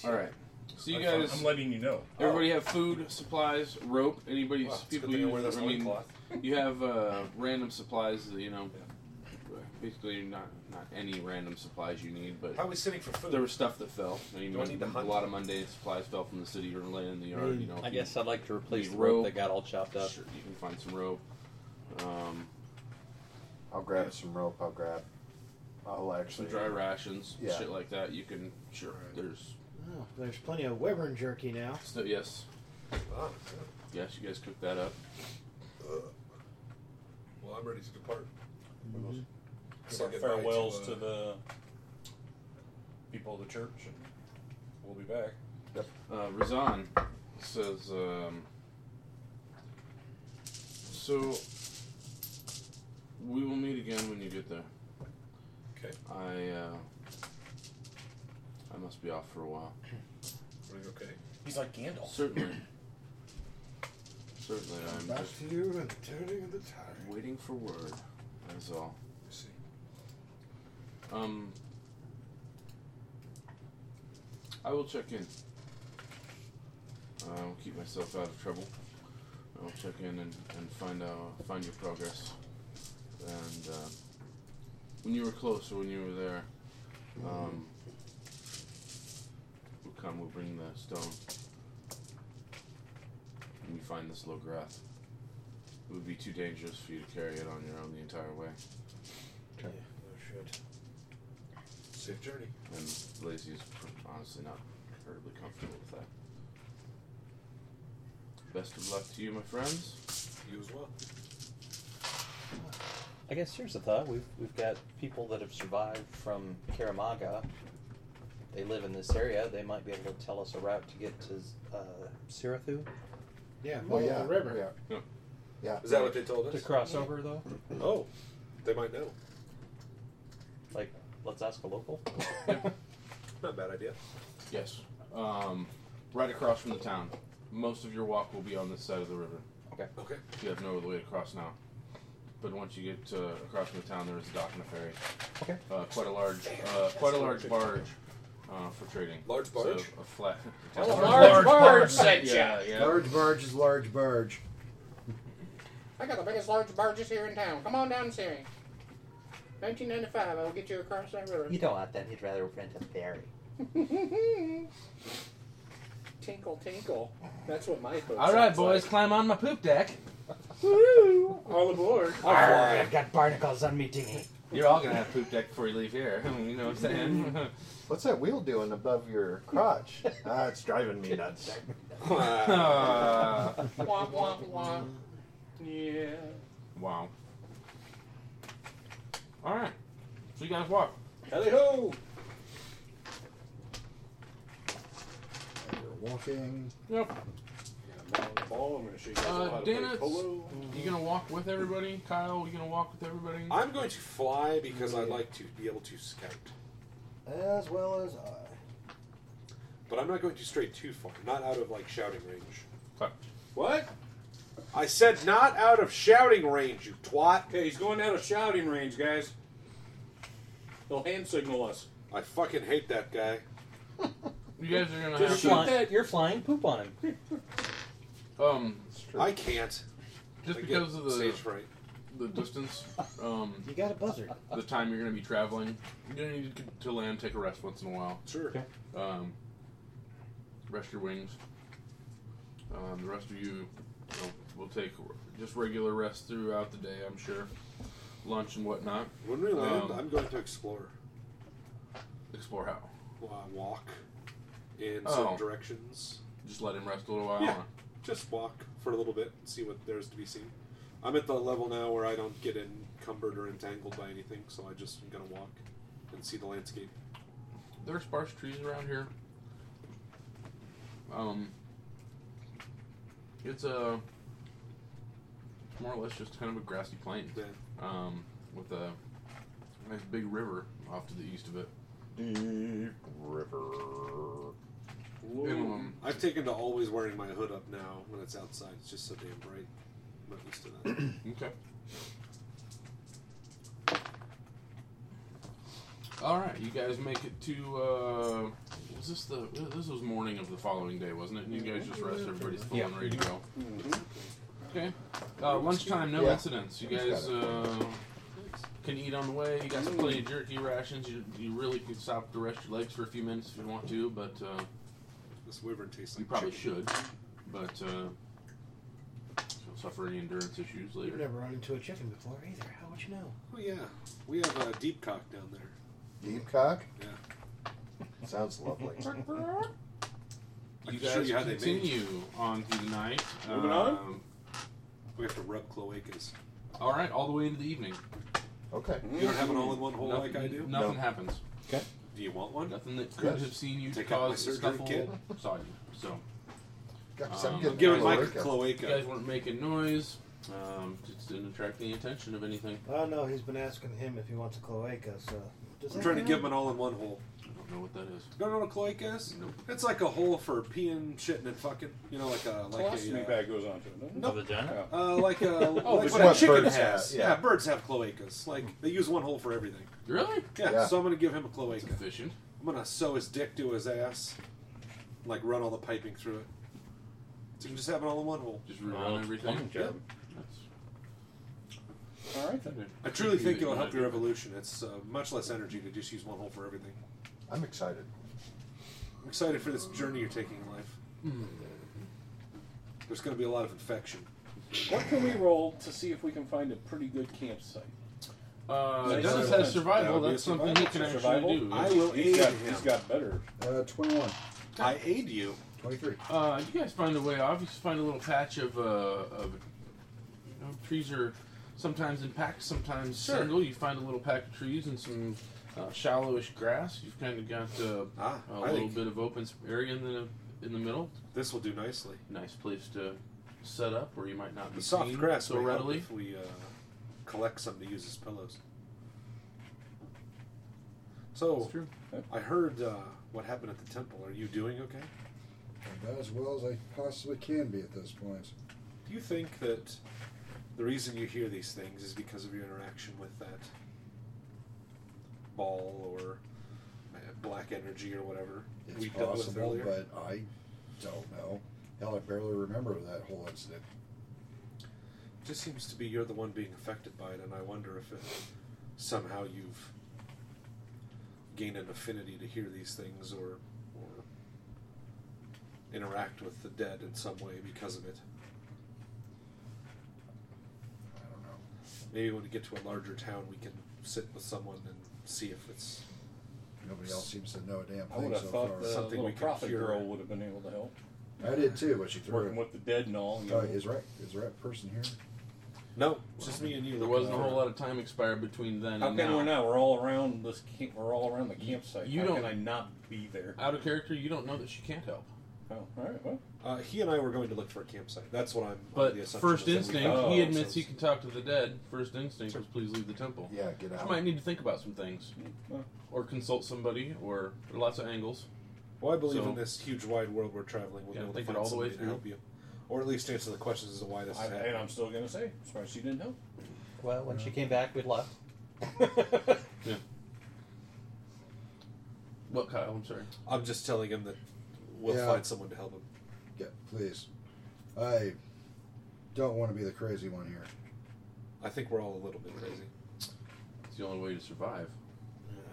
Speaker 9: All right. So you
Speaker 18: I'm-
Speaker 12: uh,
Speaker 9: guys,
Speaker 18: I'm letting you know.
Speaker 9: Everybody have food, supplies, rope. Anybody,
Speaker 12: Wow, uh, it's
Speaker 9: people
Speaker 12: good thing I
Speaker 9: use.
Speaker 12: wear this
Speaker 9: I mean,
Speaker 12: loincloth.
Speaker 9: you have uh, random supplies that you know. Basically, not not any random supplies you need, but
Speaker 12: How are we sitting for food?
Speaker 9: There was stuff that fell. I mean,
Speaker 12: Do I need to
Speaker 9: a
Speaker 12: hunt?
Speaker 9: lot of mundane supplies fell from the city or laying in the yard. You know,
Speaker 19: I
Speaker 9: if you
Speaker 19: guess I'd like to replace
Speaker 9: need
Speaker 19: the rope that got all chopped up.
Speaker 9: Sure, you can find some rope. Um,
Speaker 17: I'll grab some rope. I'll grab. I'll actually
Speaker 9: some dry rations,
Speaker 17: Yeah.
Speaker 9: shit like that. You can sure. There's
Speaker 14: Oh, there's plenty of wyvern jerky now.
Speaker 9: So, yes. Yes, you guys cook that up.
Speaker 12: Well, I'm ready to depart.
Speaker 14: Mhm.
Speaker 12: Give
Speaker 20: So
Speaker 12: our goodbye
Speaker 20: farewells to,
Speaker 12: uh,
Speaker 20: the people of the church, and we'll be back.
Speaker 9: Uh, Razan says, um, So, we will meet again when you get there.
Speaker 12: Okay.
Speaker 9: I, uh, I must be off for a while.
Speaker 12: Everything okay?
Speaker 18: He's like Gandalf.
Speaker 9: Certainly. Certainly, I'm just
Speaker 14: to you and turning of the tide.
Speaker 9: waiting for word. That's all. see. Um, I will check in. I'll keep myself out of trouble. I'll check in and, and find out find your progress. And uh, when you were close or when you were there, um, we'll come. We'll bring the stone. And we find this Lograth. It would be too dangerous for you to carry it on your own the entire way.
Speaker 12: Okay. Oh shit. Safe journey.
Speaker 9: And Lazy is pr- honestly not terribly comfortable with that. Best of luck to you, my friends.
Speaker 12: You as well.
Speaker 19: I guess here's the thought: we've we've got people that have survived from Karamaga. They live in this area. They might be able to tell us a route to get to uh, Sirathu.
Speaker 14: Yeah,
Speaker 19: Oh,
Speaker 14: follow
Speaker 19: yeah,
Speaker 14: the river.
Speaker 9: Yeah.
Speaker 17: Yeah.
Speaker 12: Is that what they told us?
Speaker 19: To cross over, though,
Speaker 12: Oh, they might know.
Speaker 19: like let's ask a local.
Speaker 12: Not a bad idea.
Speaker 9: Yes. Um, right across from the town. Most of your walk will be on this side of the river.
Speaker 19: Okay.
Speaker 12: Okay.
Speaker 9: You have no other way to cross now. But once you get uh, across from the town, there is a dock and a ferry.
Speaker 19: Okay.
Speaker 9: Uh, quite a large, uh, quite a large barge uh, for trading.
Speaker 12: Large
Speaker 9: So,
Speaker 12: barge?
Speaker 9: a flat. <laughs>
Speaker 11: Large
Speaker 12: Large barge barge. said
Speaker 9: yeah,
Speaker 12: ya.
Speaker 9: yeah.
Speaker 11: Large barge is large barge.
Speaker 16: I got the biggest large barges here in town. Come on down, Siri. 1995, I will get you across that river.
Speaker 19: don't want them. You'd rather rent a ferry.
Speaker 16: tinkle, tinkle. That's what my folks
Speaker 9: All right,
Speaker 16: sounds
Speaker 9: boys, climb on my poop deck.
Speaker 16: Woo! All aboard.
Speaker 9: I've
Speaker 14: got barnacles on me dinghy.
Speaker 9: You're all gonna have poop deck before you leave here. <laughs> You know what I'm
Speaker 12: <laughs>
Speaker 9: saying?
Speaker 17: What's that wheel doing above your crotch?
Speaker 11: <laughs>
Speaker 17: ah, it's driving me nuts.
Speaker 9: Ah.
Speaker 16: Womp, womp, womp. Yeah.
Speaker 9: wow. All right. So you guys walk.
Speaker 12: Helly ho!
Speaker 11: We're walking.
Speaker 9: Yep.
Speaker 12: Ball, I'm gonna show you guys
Speaker 9: Uh,
Speaker 12: how to play
Speaker 9: Dana,
Speaker 12: polo.
Speaker 9: you gonna walk with everybody? Kyle, you gonna walk with everybody?
Speaker 12: I'm going to fly because I like to be able to scout,
Speaker 14: As well as I.
Speaker 12: but I'm not going to stray too far. Not out of like shouting range.
Speaker 9: Fuck.
Speaker 12: What? I said not out of shouting range, you twat.
Speaker 20: Okay, he's going out of shouting range, guys. They'll hand signal us.
Speaker 12: I fucking hate that guy.
Speaker 9: You guys are gonna
Speaker 19: Just
Speaker 9: have
Speaker 19: shoot that. You're flying poop on him.
Speaker 9: Um,
Speaker 12: I can't.
Speaker 9: Just
Speaker 12: I get
Speaker 9: because of the
Speaker 12: stage fright.
Speaker 9: the distance, um,
Speaker 14: You got a buzzard.
Speaker 9: the time you're gonna be traveling, you need to, to land, take a rest once in a while.
Speaker 12: Sure.
Speaker 9: Um, rest your wings. Um, the rest of you, you know, will take just regular rest throughout the day, I'm sure. Lunch and whatnot.
Speaker 12: When we
Speaker 9: Um,
Speaker 12: land, I'm going to explore.
Speaker 9: explore how.
Speaker 12: Wa- walk in certain
Speaker 9: Oh.
Speaker 12: directions.
Speaker 9: Just let him rest a little while.
Speaker 12: Yeah,
Speaker 9: huh?
Speaker 12: just walk for a little bit and see what there's to be seen. I'm at the level now where I don't get encumbered or entangled by anything, so I just am going to walk and see the landscape.
Speaker 9: There are sparse trees around here. Um, it's a it's more or less just kind of a grassy plain. Um, with a nice big river off to the east of it. Deep river. Um,
Speaker 12: I've taken to always wearing my hood up now when it's outside. It's just so damn bright. I'm not used to that.
Speaker 9: okay. All right, you guys make it to. Uh, was this the? This was morning of the following day, wasn't it? And you guys just rest. Everybody's full and ready to go. Okay. Uh, lunchtime, no
Speaker 12: Yeah.
Speaker 9: incidents. You
Speaker 12: Just
Speaker 9: guys
Speaker 12: gotta-
Speaker 9: uh, can eat on the way. You got some plenty of jerky rations. You, you really could stop to rest your legs for a few minutes if you want to, but uh,
Speaker 12: this wyvern tastes.
Speaker 9: You
Speaker 12: like
Speaker 9: probably
Speaker 12: chicken.
Speaker 9: should, but uh, you'll suffer any endurance issues later.
Speaker 14: You've never run into a chicken before either. How would you know?
Speaker 12: Oh yeah, we have a deep cock down there.
Speaker 5: Deep cock?
Speaker 13: Sounds lovely.
Speaker 9: You
Speaker 12: I can show
Speaker 9: guys
Speaker 12: you how they made it.
Speaker 9: continue on through the night.
Speaker 12: Moving on?
Speaker 9: Um,
Speaker 12: We have to rub cloacas.
Speaker 9: All right, all the way into the evening.
Speaker 13: Okay.
Speaker 12: You don't have an all-in-one hole
Speaker 9: Mm. Nothing-
Speaker 12: like I do?
Speaker 9: Nothing
Speaker 12: No.
Speaker 9: happens.
Speaker 12: Okay. Do you want one?
Speaker 9: Nothing that could
Speaker 12: Yes.
Speaker 9: have seen you
Speaker 12: Take out my
Speaker 9: cause
Speaker 12: surgery
Speaker 9: scuffle
Speaker 12: kit.
Speaker 9: saw you. So.
Speaker 12: Guys, I'm
Speaker 9: Um,
Speaker 12: getting
Speaker 9: you
Speaker 12: my
Speaker 9: guys-
Speaker 12: cloaca.
Speaker 9: You guys weren't making noise. Um, just didn't attract the attention of anything.
Speaker 14: Oh no, he's been asking him if he wants a cloaca. So uh, does
Speaker 12: I'm
Speaker 14: that
Speaker 12: trying to
Speaker 14: count?
Speaker 12: give them an all-in-one hole.
Speaker 9: I don't know what that is.
Speaker 12: You don't know what a cloaca is?
Speaker 9: Nope.
Speaker 12: It's like a hole for peeing, shitting, and fucking. You know, like a like
Speaker 15: Colostomy
Speaker 12: a uh,
Speaker 15: bag goes onto it, doesn't it?
Speaker 12: Nope.
Speaker 15: A vagina?
Speaker 12: Uh,
Speaker 15: <laughs>
Speaker 12: like a
Speaker 15: Oh, vagina.
Speaker 12: like what a
Speaker 15: What
Speaker 12: chicken
Speaker 15: birds
Speaker 12: has.
Speaker 15: have,
Speaker 12: yeah.
Speaker 15: yeah.
Speaker 12: birds have cloacas. Like they use one hole for everything.
Speaker 9: Really?
Speaker 12: Yeah.
Speaker 15: Yeah.
Speaker 12: So I'm gonna give him a cloaca.
Speaker 9: efficient.
Speaker 12: I'm gonna sew his dick to his ass, like run all the piping through it. So you can just have it all in one hole.
Speaker 9: Just rerun everything. All right. Then.
Speaker 12: I truly think it'll help your evolution. It's uh, much less energy to just use one hole for everything.
Speaker 13: I'm excited.
Speaker 12: I'm excited for this journey you're taking in life. There's going to be a lot of infection.
Speaker 15: What can we roll to see if we can find a pretty good campsite?
Speaker 9: Uh,
Speaker 15: Nice.
Speaker 9: Dennis
Speaker 15: That would
Speaker 9: has survival.
Speaker 15: be a
Speaker 9: That's something he
Speaker 15: survival.
Speaker 9: can actually
Speaker 15: Survival?
Speaker 9: do.
Speaker 15: I will
Speaker 9: He's
Speaker 15: aid
Speaker 9: got-
Speaker 15: him.
Speaker 9: He's got better.
Speaker 11: Uh, 21.
Speaker 9: Ah.
Speaker 12: I aid you.
Speaker 11: 23.
Speaker 9: Uh, you guys find a way off. You just find a little patch of, uh, of you know, trees are sometimes in packs, sometimes
Speaker 12: Sure.
Speaker 9: single. You find a little pack of trees and some uh, shallowish grass. You've kind of got uh,
Speaker 12: Ah,
Speaker 9: a
Speaker 12: I
Speaker 9: little
Speaker 12: think-
Speaker 9: bit of open sp- area in the in the middle.
Speaker 12: This will do nicely.
Speaker 9: Nice place to set up where you might not be
Speaker 12: The soft
Speaker 9: seen
Speaker 12: grass
Speaker 9: so
Speaker 12: may help
Speaker 9: readily.
Speaker 12: if we uh, collect some to use as pillows. So, I heard uh, what happened at the temple. Are you doing okay?
Speaker 11: About as well as I possibly can be at this point.
Speaker 12: Do you think that the reason you hear these things is because of your interaction with that ball or uh, black energy or whatever
Speaker 11: It's
Speaker 12: we dealt with
Speaker 11: possible,
Speaker 12: earlier?
Speaker 11: but I don't know. Hell, I barely remember that whole incident.
Speaker 12: just seems to be you're the one being affected by it, and I wonder if it, somehow you've gained an affinity to hear these things or or interact with the dead in some way because of it.
Speaker 11: I don't know.
Speaker 12: Maybe when we get to a larger town, we can sit with someone and see if it's
Speaker 11: Nobody else seems to know a damn
Speaker 15: I would
Speaker 11: thing
Speaker 15: have
Speaker 11: so
Speaker 15: thought
Speaker 11: far.
Speaker 15: the little
Speaker 12: can
Speaker 15: prophet
Speaker 12: cure.
Speaker 15: girl would have been able to help.
Speaker 11: I did too, but she threw
Speaker 15: Working
Speaker 11: it.
Speaker 15: with the dead and all. you
Speaker 11: Oh,
Speaker 15: know.
Speaker 11: is right. Is the right person here?
Speaker 12: No, it's just me and you.
Speaker 9: There wasn't a whole lot of time expired between then
Speaker 15: How
Speaker 9: and
Speaker 15: can
Speaker 9: now.
Speaker 15: we not? We're all around this. Camp, we're all around the campsite.
Speaker 9: you
Speaker 15: How
Speaker 9: don't-
Speaker 15: can I not be there?
Speaker 9: Out of character, you don't know that she can't help.
Speaker 15: Oh, all right. Well,
Speaker 12: Uh, he and I were going to look for a campsite. That's what I'm.
Speaker 9: But
Speaker 12: the assumption
Speaker 9: first
Speaker 12: is that we Oh,
Speaker 9: instinct,
Speaker 12: found
Speaker 9: he
Speaker 12: it.
Speaker 9: admits he can talk to the dead. First instinct was please leave the temple.
Speaker 13: Yeah, get
Speaker 9: You
Speaker 13: out.
Speaker 9: might need to think about some things, or consult somebody, or there are lots of angles.
Speaker 12: Well, I believe
Speaker 9: So-
Speaker 12: in this huge wide world we're traveling. We'll
Speaker 9: Yeah,
Speaker 12: be able to
Speaker 9: think it
Speaker 12: find
Speaker 9: all the way
Speaker 12: somebody to help
Speaker 9: through.
Speaker 12: you, or at least answer the questions as to why this
Speaker 15: I,
Speaker 12: is happening.
Speaker 15: and I'm still gonna say, as far as she didn't help.
Speaker 19: Well, when she came back, we'd left.
Speaker 9: Yeah. What, Kyle? I'm sorry.
Speaker 12: I'm just telling him that we'll
Speaker 11: Yeah.
Speaker 12: find someone to help him.
Speaker 11: Yeah, please. I don't want to be the crazy one here.
Speaker 12: I think we're all a little bit crazy.
Speaker 9: It's the only way to survive,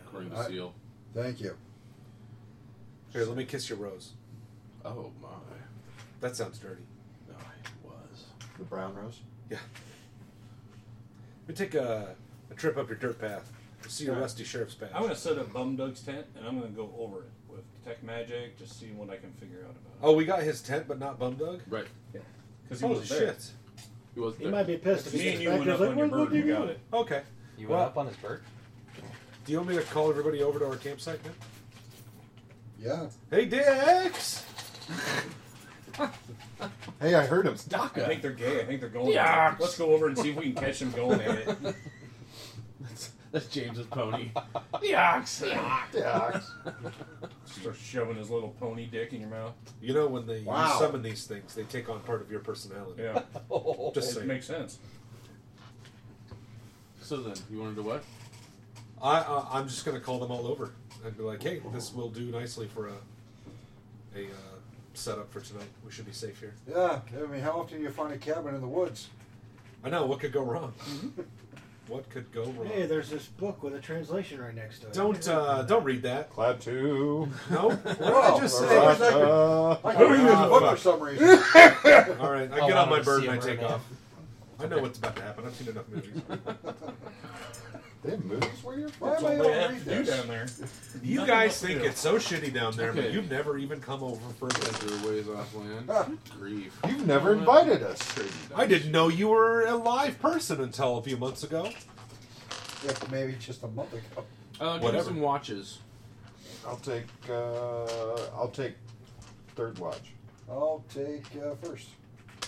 Speaker 9: according to
Speaker 11: I-
Speaker 9: Seal.
Speaker 11: Thank you.
Speaker 12: Here, let me kiss your rose.
Speaker 9: Oh my.
Speaker 12: That sounds dirty.
Speaker 9: No, it was.
Speaker 13: The brown rose?
Speaker 12: Yeah. We take a, a trip up your dirt path. We'll see your
Speaker 16: Alright.
Speaker 12: rusty sheriff's badge.
Speaker 16: I'm gonna set up Bum Doug's tent and I'm gonna go over it with detect magic, just see what I can figure out about
Speaker 12: Oh, we got his tent, but not Bum Dug.
Speaker 9: Right.
Speaker 12: Yeah.
Speaker 16: 'Cause he
Speaker 12: Holy
Speaker 16: was there.
Speaker 12: shit.
Speaker 9: He was
Speaker 14: He might be pissed if
Speaker 12: Me
Speaker 14: he
Speaker 12: and
Speaker 14: gets
Speaker 12: you
Speaker 14: back.
Speaker 12: went
Speaker 14: He's
Speaker 12: up
Speaker 14: like,
Speaker 12: on your
Speaker 14: what, what
Speaker 12: bird
Speaker 14: do
Speaker 12: and
Speaker 14: you
Speaker 12: got
Speaker 14: do?"
Speaker 12: it. Okay.
Speaker 19: You
Speaker 12: Well-
Speaker 19: went up on his bird?
Speaker 12: Do you want me to call everybody over to our campsite now?
Speaker 11: Yeah.
Speaker 12: Hey, Dix.
Speaker 13: Hey, I heard him.
Speaker 16: it. I think they're gay. I think they're going.
Speaker 13: Yeah.
Speaker 16: Let's go over and see if we can catch them going at it.
Speaker 9: That's James's pony.
Speaker 16: The ox. The
Speaker 13: ox. The ox.
Speaker 16: Start shoving his little pony dick in your mouth.
Speaker 12: You know when they
Speaker 16: Wow.
Speaker 12: you summon these things, they take on part of your personality. <laughs>
Speaker 16: Yeah.
Speaker 12: Just
Speaker 16: it
Speaker 12: saying.
Speaker 16: makes sense.
Speaker 9: <laughs> So then, you wanted to what?
Speaker 12: I, I I'm just gonna call them all over and be like, hey, this will do nicely for a a uh, setup for tonight. We should be safe here.
Speaker 11: Yeah. I mean, how often do you find a cabin in the woods?
Speaker 12: I know what could go wrong. what could go wrong?
Speaker 14: Hey, there's this book with a translation right next to it.
Speaker 12: Don't uh, don't read that.
Speaker 13: Glad
Speaker 16: <laughs>
Speaker 13: to.
Speaker 12: No. What did
Speaker 14: Wow.
Speaker 12: I just say?
Speaker 14: Alright,
Speaker 11: I can read this book for <laughs> some reason.
Speaker 12: All right, I
Speaker 11: Oh,
Speaker 12: get
Speaker 11: I
Speaker 12: on my
Speaker 11: wanna
Speaker 12: bird
Speaker 11: see
Speaker 12: and I
Speaker 11: him right
Speaker 12: take
Speaker 11: now.
Speaker 12: off. I know what's about to happen. I've seen enough movies.
Speaker 13: They have movies where you're
Speaker 11: Why am I
Speaker 12: all they
Speaker 11: gonna
Speaker 12: have
Speaker 11: read
Speaker 12: to do
Speaker 11: this?
Speaker 12: down there. You
Speaker 11: Nothing
Speaker 12: guys
Speaker 11: else to
Speaker 12: think
Speaker 11: do.
Speaker 12: it's so shitty down there, but
Speaker 9: Okay.
Speaker 12: you've never even come over for a visit.
Speaker 9: Your ways off land. Grief.
Speaker 12: You've
Speaker 13: never invited us.
Speaker 12: I didn't know you were a live person until a few months ago.
Speaker 11: <laughs> Yeah, maybe just a month ago.
Speaker 9: Uh, give me
Speaker 12: Whatever.
Speaker 9: some watches.
Speaker 13: I'll take. Uh, I'll take third watch.
Speaker 11: I'll take uh, first.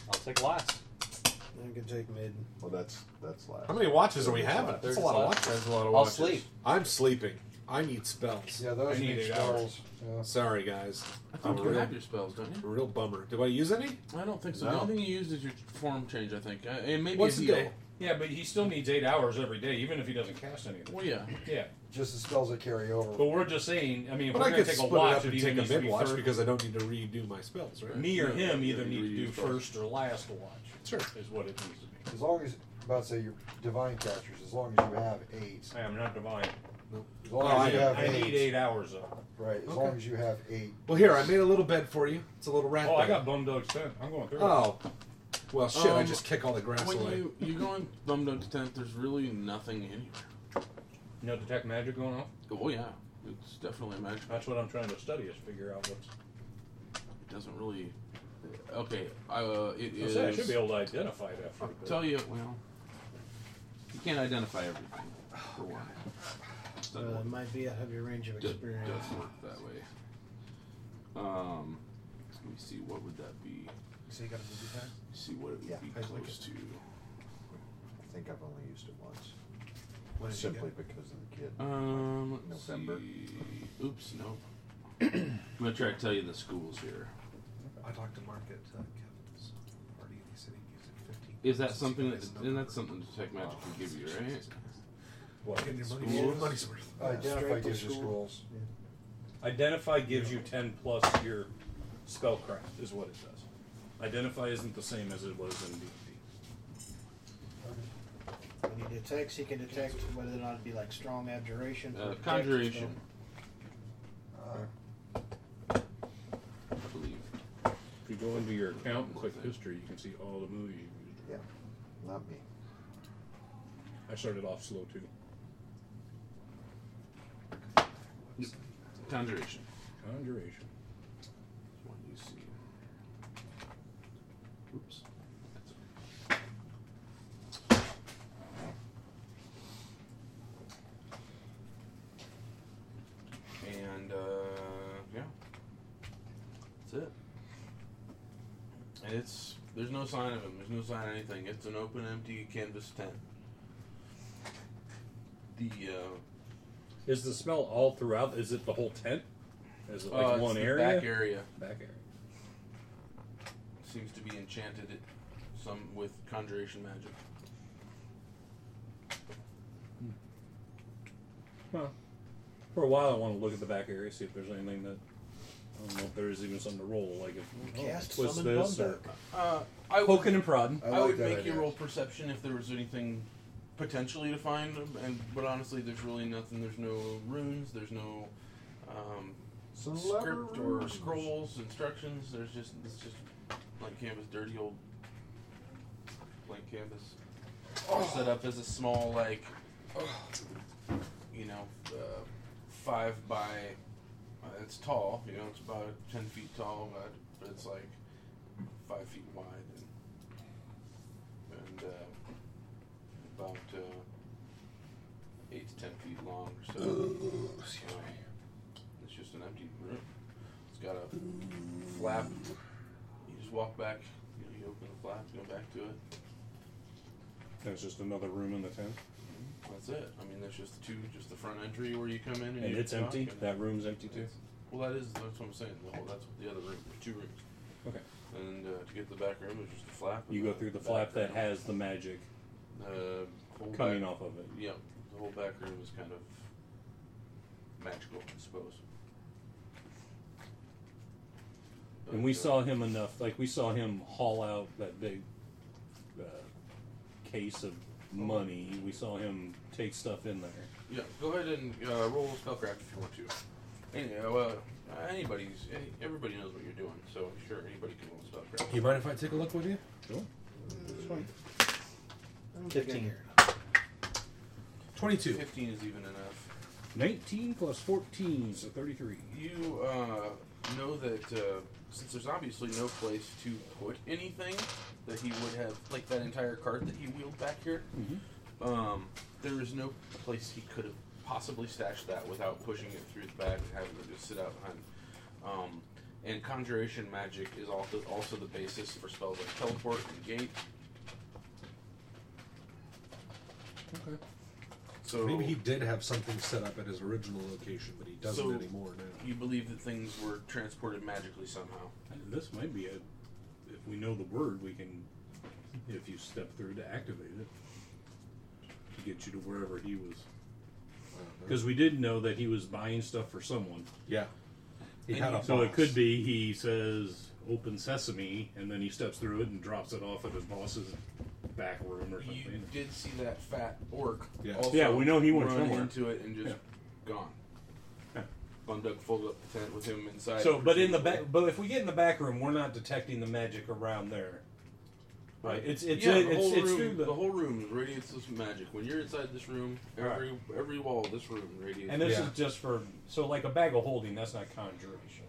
Speaker 19: I'll take last.
Speaker 14: I can take mid.
Speaker 13: Well, that's that's last.
Speaker 12: How many watches are we
Speaker 13: Third is
Speaker 12: having?
Speaker 13: last.
Speaker 12: That's a lot of watches.
Speaker 9: That's a lot of
Speaker 19: I'll watches. sleep.
Speaker 12: I'm sleeping. I need spells.
Speaker 11: Yeah, those
Speaker 12: I need
Speaker 11: need
Speaker 12: eight
Speaker 11: spells.
Speaker 12: hours.
Speaker 11: Yeah.
Speaker 12: Sorry, guys.
Speaker 9: I
Speaker 12: I'm
Speaker 9: think
Speaker 12: a
Speaker 9: you
Speaker 12: real,
Speaker 9: have your spells, don't you?
Speaker 12: real bummer. Do I use any?
Speaker 9: Oh, I don't think so. The
Speaker 12: No.
Speaker 9: only thing you used is your form change, I think. Uh, and maybe
Speaker 12: Once
Speaker 9: a
Speaker 12: a
Speaker 9: heal.
Speaker 12: day.
Speaker 16: Yeah, but he still needs eight hours every day, even if he doesn't cast anything.
Speaker 9: Well, yeah.
Speaker 16: Yeah.
Speaker 11: Just the spells that carry over.
Speaker 16: But we're just saying. I mean, if
Speaker 12: But
Speaker 16: we're
Speaker 12: I
Speaker 16: gonna
Speaker 12: could
Speaker 16: take
Speaker 12: split
Speaker 16: a
Speaker 12: it up
Speaker 16: watch,
Speaker 12: and
Speaker 16: it either
Speaker 12: take a
Speaker 16: needs to
Speaker 12: mid
Speaker 16: be
Speaker 12: watch
Speaker 16: third-
Speaker 12: because I don't need to redo my spells, right?
Speaker 16: me or
Speaker 12: No,
Speaker 16: him
Speaker 12: yeah,
Speaker 16: either
Speaker 12: you
Speaker 16: need to do
Speaker 12: reuse those.
Speaker 16: first or last watch.
Speaker 12: Sure.
Speaker 16: Is what it needs to be.
Speaker 11: As long as, about to say, your divine casters, as long as you have eight.
Speaker 16: I am not divine.
Speaker 11: As long
Speaker 12: Oh, I
Speaker 11: as you
Speaker 12: am.
Speaker 11: have
Speaker 16: I
Speaker 11: eight.
Speaker 16: need eight hours though.
Speaker 11: Right, as
Speaker 12: Okay.
Speaker 11: long as you have eight.
Speaker 12: Well, here I made a little bed for you. It's a little rat.
Speaker 16: Oh, I
Speaker 12: bed.
Speaker 16: got bum dog's tent. I'm going through. it.
Speaker 12: Oh, well, shit! I
Speaker 9: Um,
Speaker 12: just kick all the grass
Speaker 9: when
Speaker 12: away.
Speaker 9: You, you go in bummed out to tent, there's really nothing anywhere.
Speaker 16: No detect magic going off.
Speaker 9: Oh, yeah. It's definitely magic.
Speaker 16: That's what I'm trying to study is figure out what's.
Speaker 9: It doesn't really. Okay, uh, it
Speaker 16: I
Speaker 9: is.
Speaker 16: said I should be able to identify it after. a bit.
Speaker 9: Tell you, well, you can't identify everything. For one,
Speaker 14: Uh, it might be out of your range of
Speaker 9: Does-
Speaker 14: experience.
Speaker 9: does work that way. Um, let me see. What would that be?
Speaker 14: So you got a movie pass?
Speaker 9: Let's see what it would
Speaker 13: Yeah,
Speaker 9: be
Speaker 13: I'd like
Speaker 9: close to.
Speaker 13: I think I've only used it once.
Speaker 14: What did you
Speaker 13: Simply because of the kid.
Speaker 9: Um, let's
Speaker 13: November.
Speaker 9: see. Oops, no. I'm gonna try to tell you the schools here.
Speaker 21: I'd like to mark it uh, Kevin's party in the city music 15.
Speaker 9: Is that something that? And that's something Detect Magic can give you, right?
Speaker 16: What?
Speaker 21: Getting your money's
Speaker 9: Schools?
Speaker 21: worth. money's worth.
Speaker 11: Uh, identify
Speaker 14: strength of
Speaker 11: gives you
Speaker 14: school.
Speaker 11: scrolls.
Speaker 16: Identify gives you ten plus your spellcraft is what it does. Identify isn't the same as it was in D
Speaker 14: When he detects, he can detect whether or not it'd be like strong abjuration. or
Speaker 9: Uh,
Speaker 14: detect
Speaker 9: conjuration,
Speaker 11: Uh,
Speaker 9: I believe.
Speaker 16: If you go into your account and click history, you can see all the movies.
Speaker 13: Yeah, not me.
Speaker 16: I started off slow too.
Speaker 9: Conjuration.
Speaker 16: Conjuration.
Speaker 9: One you see. Oops. That's okay. And uh, yeah, that's it. And it's there's no sign of him. There's no sign of anything. It's an open, empty canvas tent. The uh,
Speaker 16: Is the smell all throughout? Is it the whole tent? Is it like
Speaker 9: uh, it's
Speaker 16: one
Speaker 9: the
Speaker 16: area?
Speaker 9: back area
Speaker 16: Back area.
Speaker 9: seems to be enchanted. It, some with conjuration magic.
Speaker 16: Well, for a while, I want to look at the back area, see if there's anything that. I don't know if there's even something to roll, like if oh,
Speaker 14: Cast
Speaker 16: twist
Speaker 14: summon
Speaker 16: this or
Speaker 14: Bumbuck.
Speaker 9: Uh, I would-
Speaker 16: poking and prodding.
Speaker 9: I,
Speaker 11: I like
Speaker 9: would
Speaker 11: that
Speaker 9: make
Speaker 11: idea.
Speaker 9: you roll perception if there was anything potentially to find, and but honestly, there's really nothing. There's no runes. There's no um, script or scrolls, instructions. There's just it's just blank canvas, dirty old blank canvas. Set up as a small like, you know, uh, five by. Uh, it's tall. You know, it's about ten feet tall, but but it's like five feet wide and and uh, about uh, eight to ten feet long. Or so. Um, it's just an empty room. It's got a flap. You just walk back. You, know, you open the flap, go back to it.
Speaker 16: There's just another room in the tent.
Speaker 9: That's it. I mean, there's just two, just the front entry where you come in, and,
Speaker 16: And
Speaker 9: you
Speaker 16: it's
Speaker 9: knock
Speaker 16: empty?
Speaker 9: and-
Speaker 16: That room's empty too?
Speaker 9: Well, that is that's what I'm saying. The whole, that's the other room. There's two rooms.
Speaker 16: Okay.
Speaker 9: And uh, to get to the back room, it's just a flap. and
Speaker 16: You go through the
Speaker 9: back
Speaker 16: flap that
Speaker 9: room.
Speaker 16: has the magic.
Speaker 9: Uh, whole
Speaker 16: Coming
Speaker 9: back-
Speaker 16: off of it.
Speaker 9: Yep. The whole back room is kind of magical, I suppose.
Speaker 16: And
Speaker 9: uh,
Speaker 16: we saw him enough, like we saw him haul out that big uh, case of money. We saw him take stuff in there.
Speaker 9: Yeah, go ahead and uh, roll spellcraft if you want to. Any, uh, well, uh, anybody's, any, everybody knows what you're doing, so sure anybody can roll spellcraft.
Speaker 6: You mind if I take a look with you?
Speaker 16: Sure.
Speaker 14: Fifteen.
Speaker 6: 22.
Speaker 9: Fifteen is even enough.
Speaker 16: 19 plus 14, so 33.
Speaker 9: You uh, know that uh, since there's obviously no place to put anything that he would have, like that entire cart that he wheeled back here,
Speaker 12: Mm-hmm.
Speaker 9: um, there is no place he could have possibly stashed that without pushing it through the bag and having it just sit out behind. Um, and conjuration magic is also also the basis for spells like teleport and gate.
Speaker 6: Okay.
Speaker 9: So
Speaker 12: maybe he did have something set up at his original location, but he doesn't
Speaker 9: so
Speaker 12: anymore now.
Speaker 9: You believe that things were transported magically somehow.
Speaker 16: This might be a. If we know the word, we can. If you step through to activate it, to get you to wherever he was. Because we did know that he was buying stuff for someone.
Speaker 12: Yeah. He had a
Speaker 16: so it
Speaker 12: box.
Speaker 16: could be he says open sesame and then he steps through it and drops it off at his boss's back room or something.
Speaker 9: You did see that fat orc.
Speaker 16: Yeah.
Speaker 9: also
Speaker 16: Yeah, we know he went
Speaker 9: run
Speaker 16: somewhere.
Speaker 9: into it and just gone. Von Doug folded up the tent with him inside.
Speaker 16: So, but in the back, but if we get in the back room, we're not detecting the magic around there. Right. It's it's
Speaker 9: yeah,
Speaker 16: it's,
Speaker 9: the
Speaker 16: it's,
Speaker 9: whole room,
Speaker 16: through the,
Speaker 9: the whole room radiates this magic. When you're inside this room, every every wall of this room radiates.
Speaker 16: and this
Speaker 9: magic.
Speaker 16: is just for so like a bag of holding. That's not conjuration.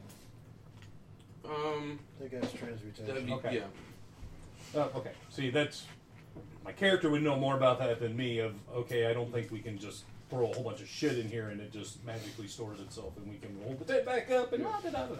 Speaker 9: um.
Speaker 14: That guy's transmutation.
Speaker 9: That'd be-
Speaker 16: Okay.
Speaker 9: Yeah.
Speaker 16: Oh, okay. See, that's my character would know more about that than me. Of okay, I don't think we can just throw a whole bunch of shit in here and it just magically stores itself and we can roll the tent back up and da da da da.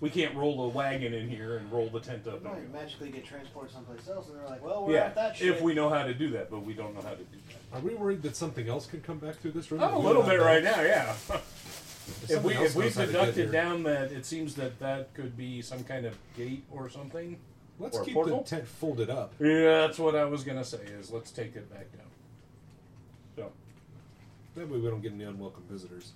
Speaker 16: We can't roll a wagon in here and roll the tent up.
Speaker 14: Might
Speaker 16: And,
Speaker 14: magically get transported someplace else, and they're like, "Well, we're
Speaker 16: yeah,
Speaker 14: at that shit."
Speaker 16: if we know how to do that, but we don't know how to do that.
Speaker 12: Are we worried that something else could come back through this room?
Speaker 16: I'm a
Speaker 12: We
Speaker 16: little
Speaker 12: don't
Speaker 16: bit
Speaker 12: have
Speaker 16: right
Speaker 12: that.
Speaker 16: now, yeah.
Speaker 12: If
Speaker 16: if we
Speaker 12: someone
Speaker 16: if
Speaker 12: Oh, else
Speaker 16: we
Speaker 12: knows how to get
Speaker 16: deducted
Speaker 12: here-
Speaker 16: down that, it seems that that could be some kind of gate or something.
Speaker 12: Let's
Speaker 16: or a
Speaker 12: keep
Speaker 16: portal.
Speaker 12: the tent folded up.
Speaker 16: yeah, that's what I was gonna say. Is let's take it back down. So
Speaker 12: That way we don't get any unwelcome visitors.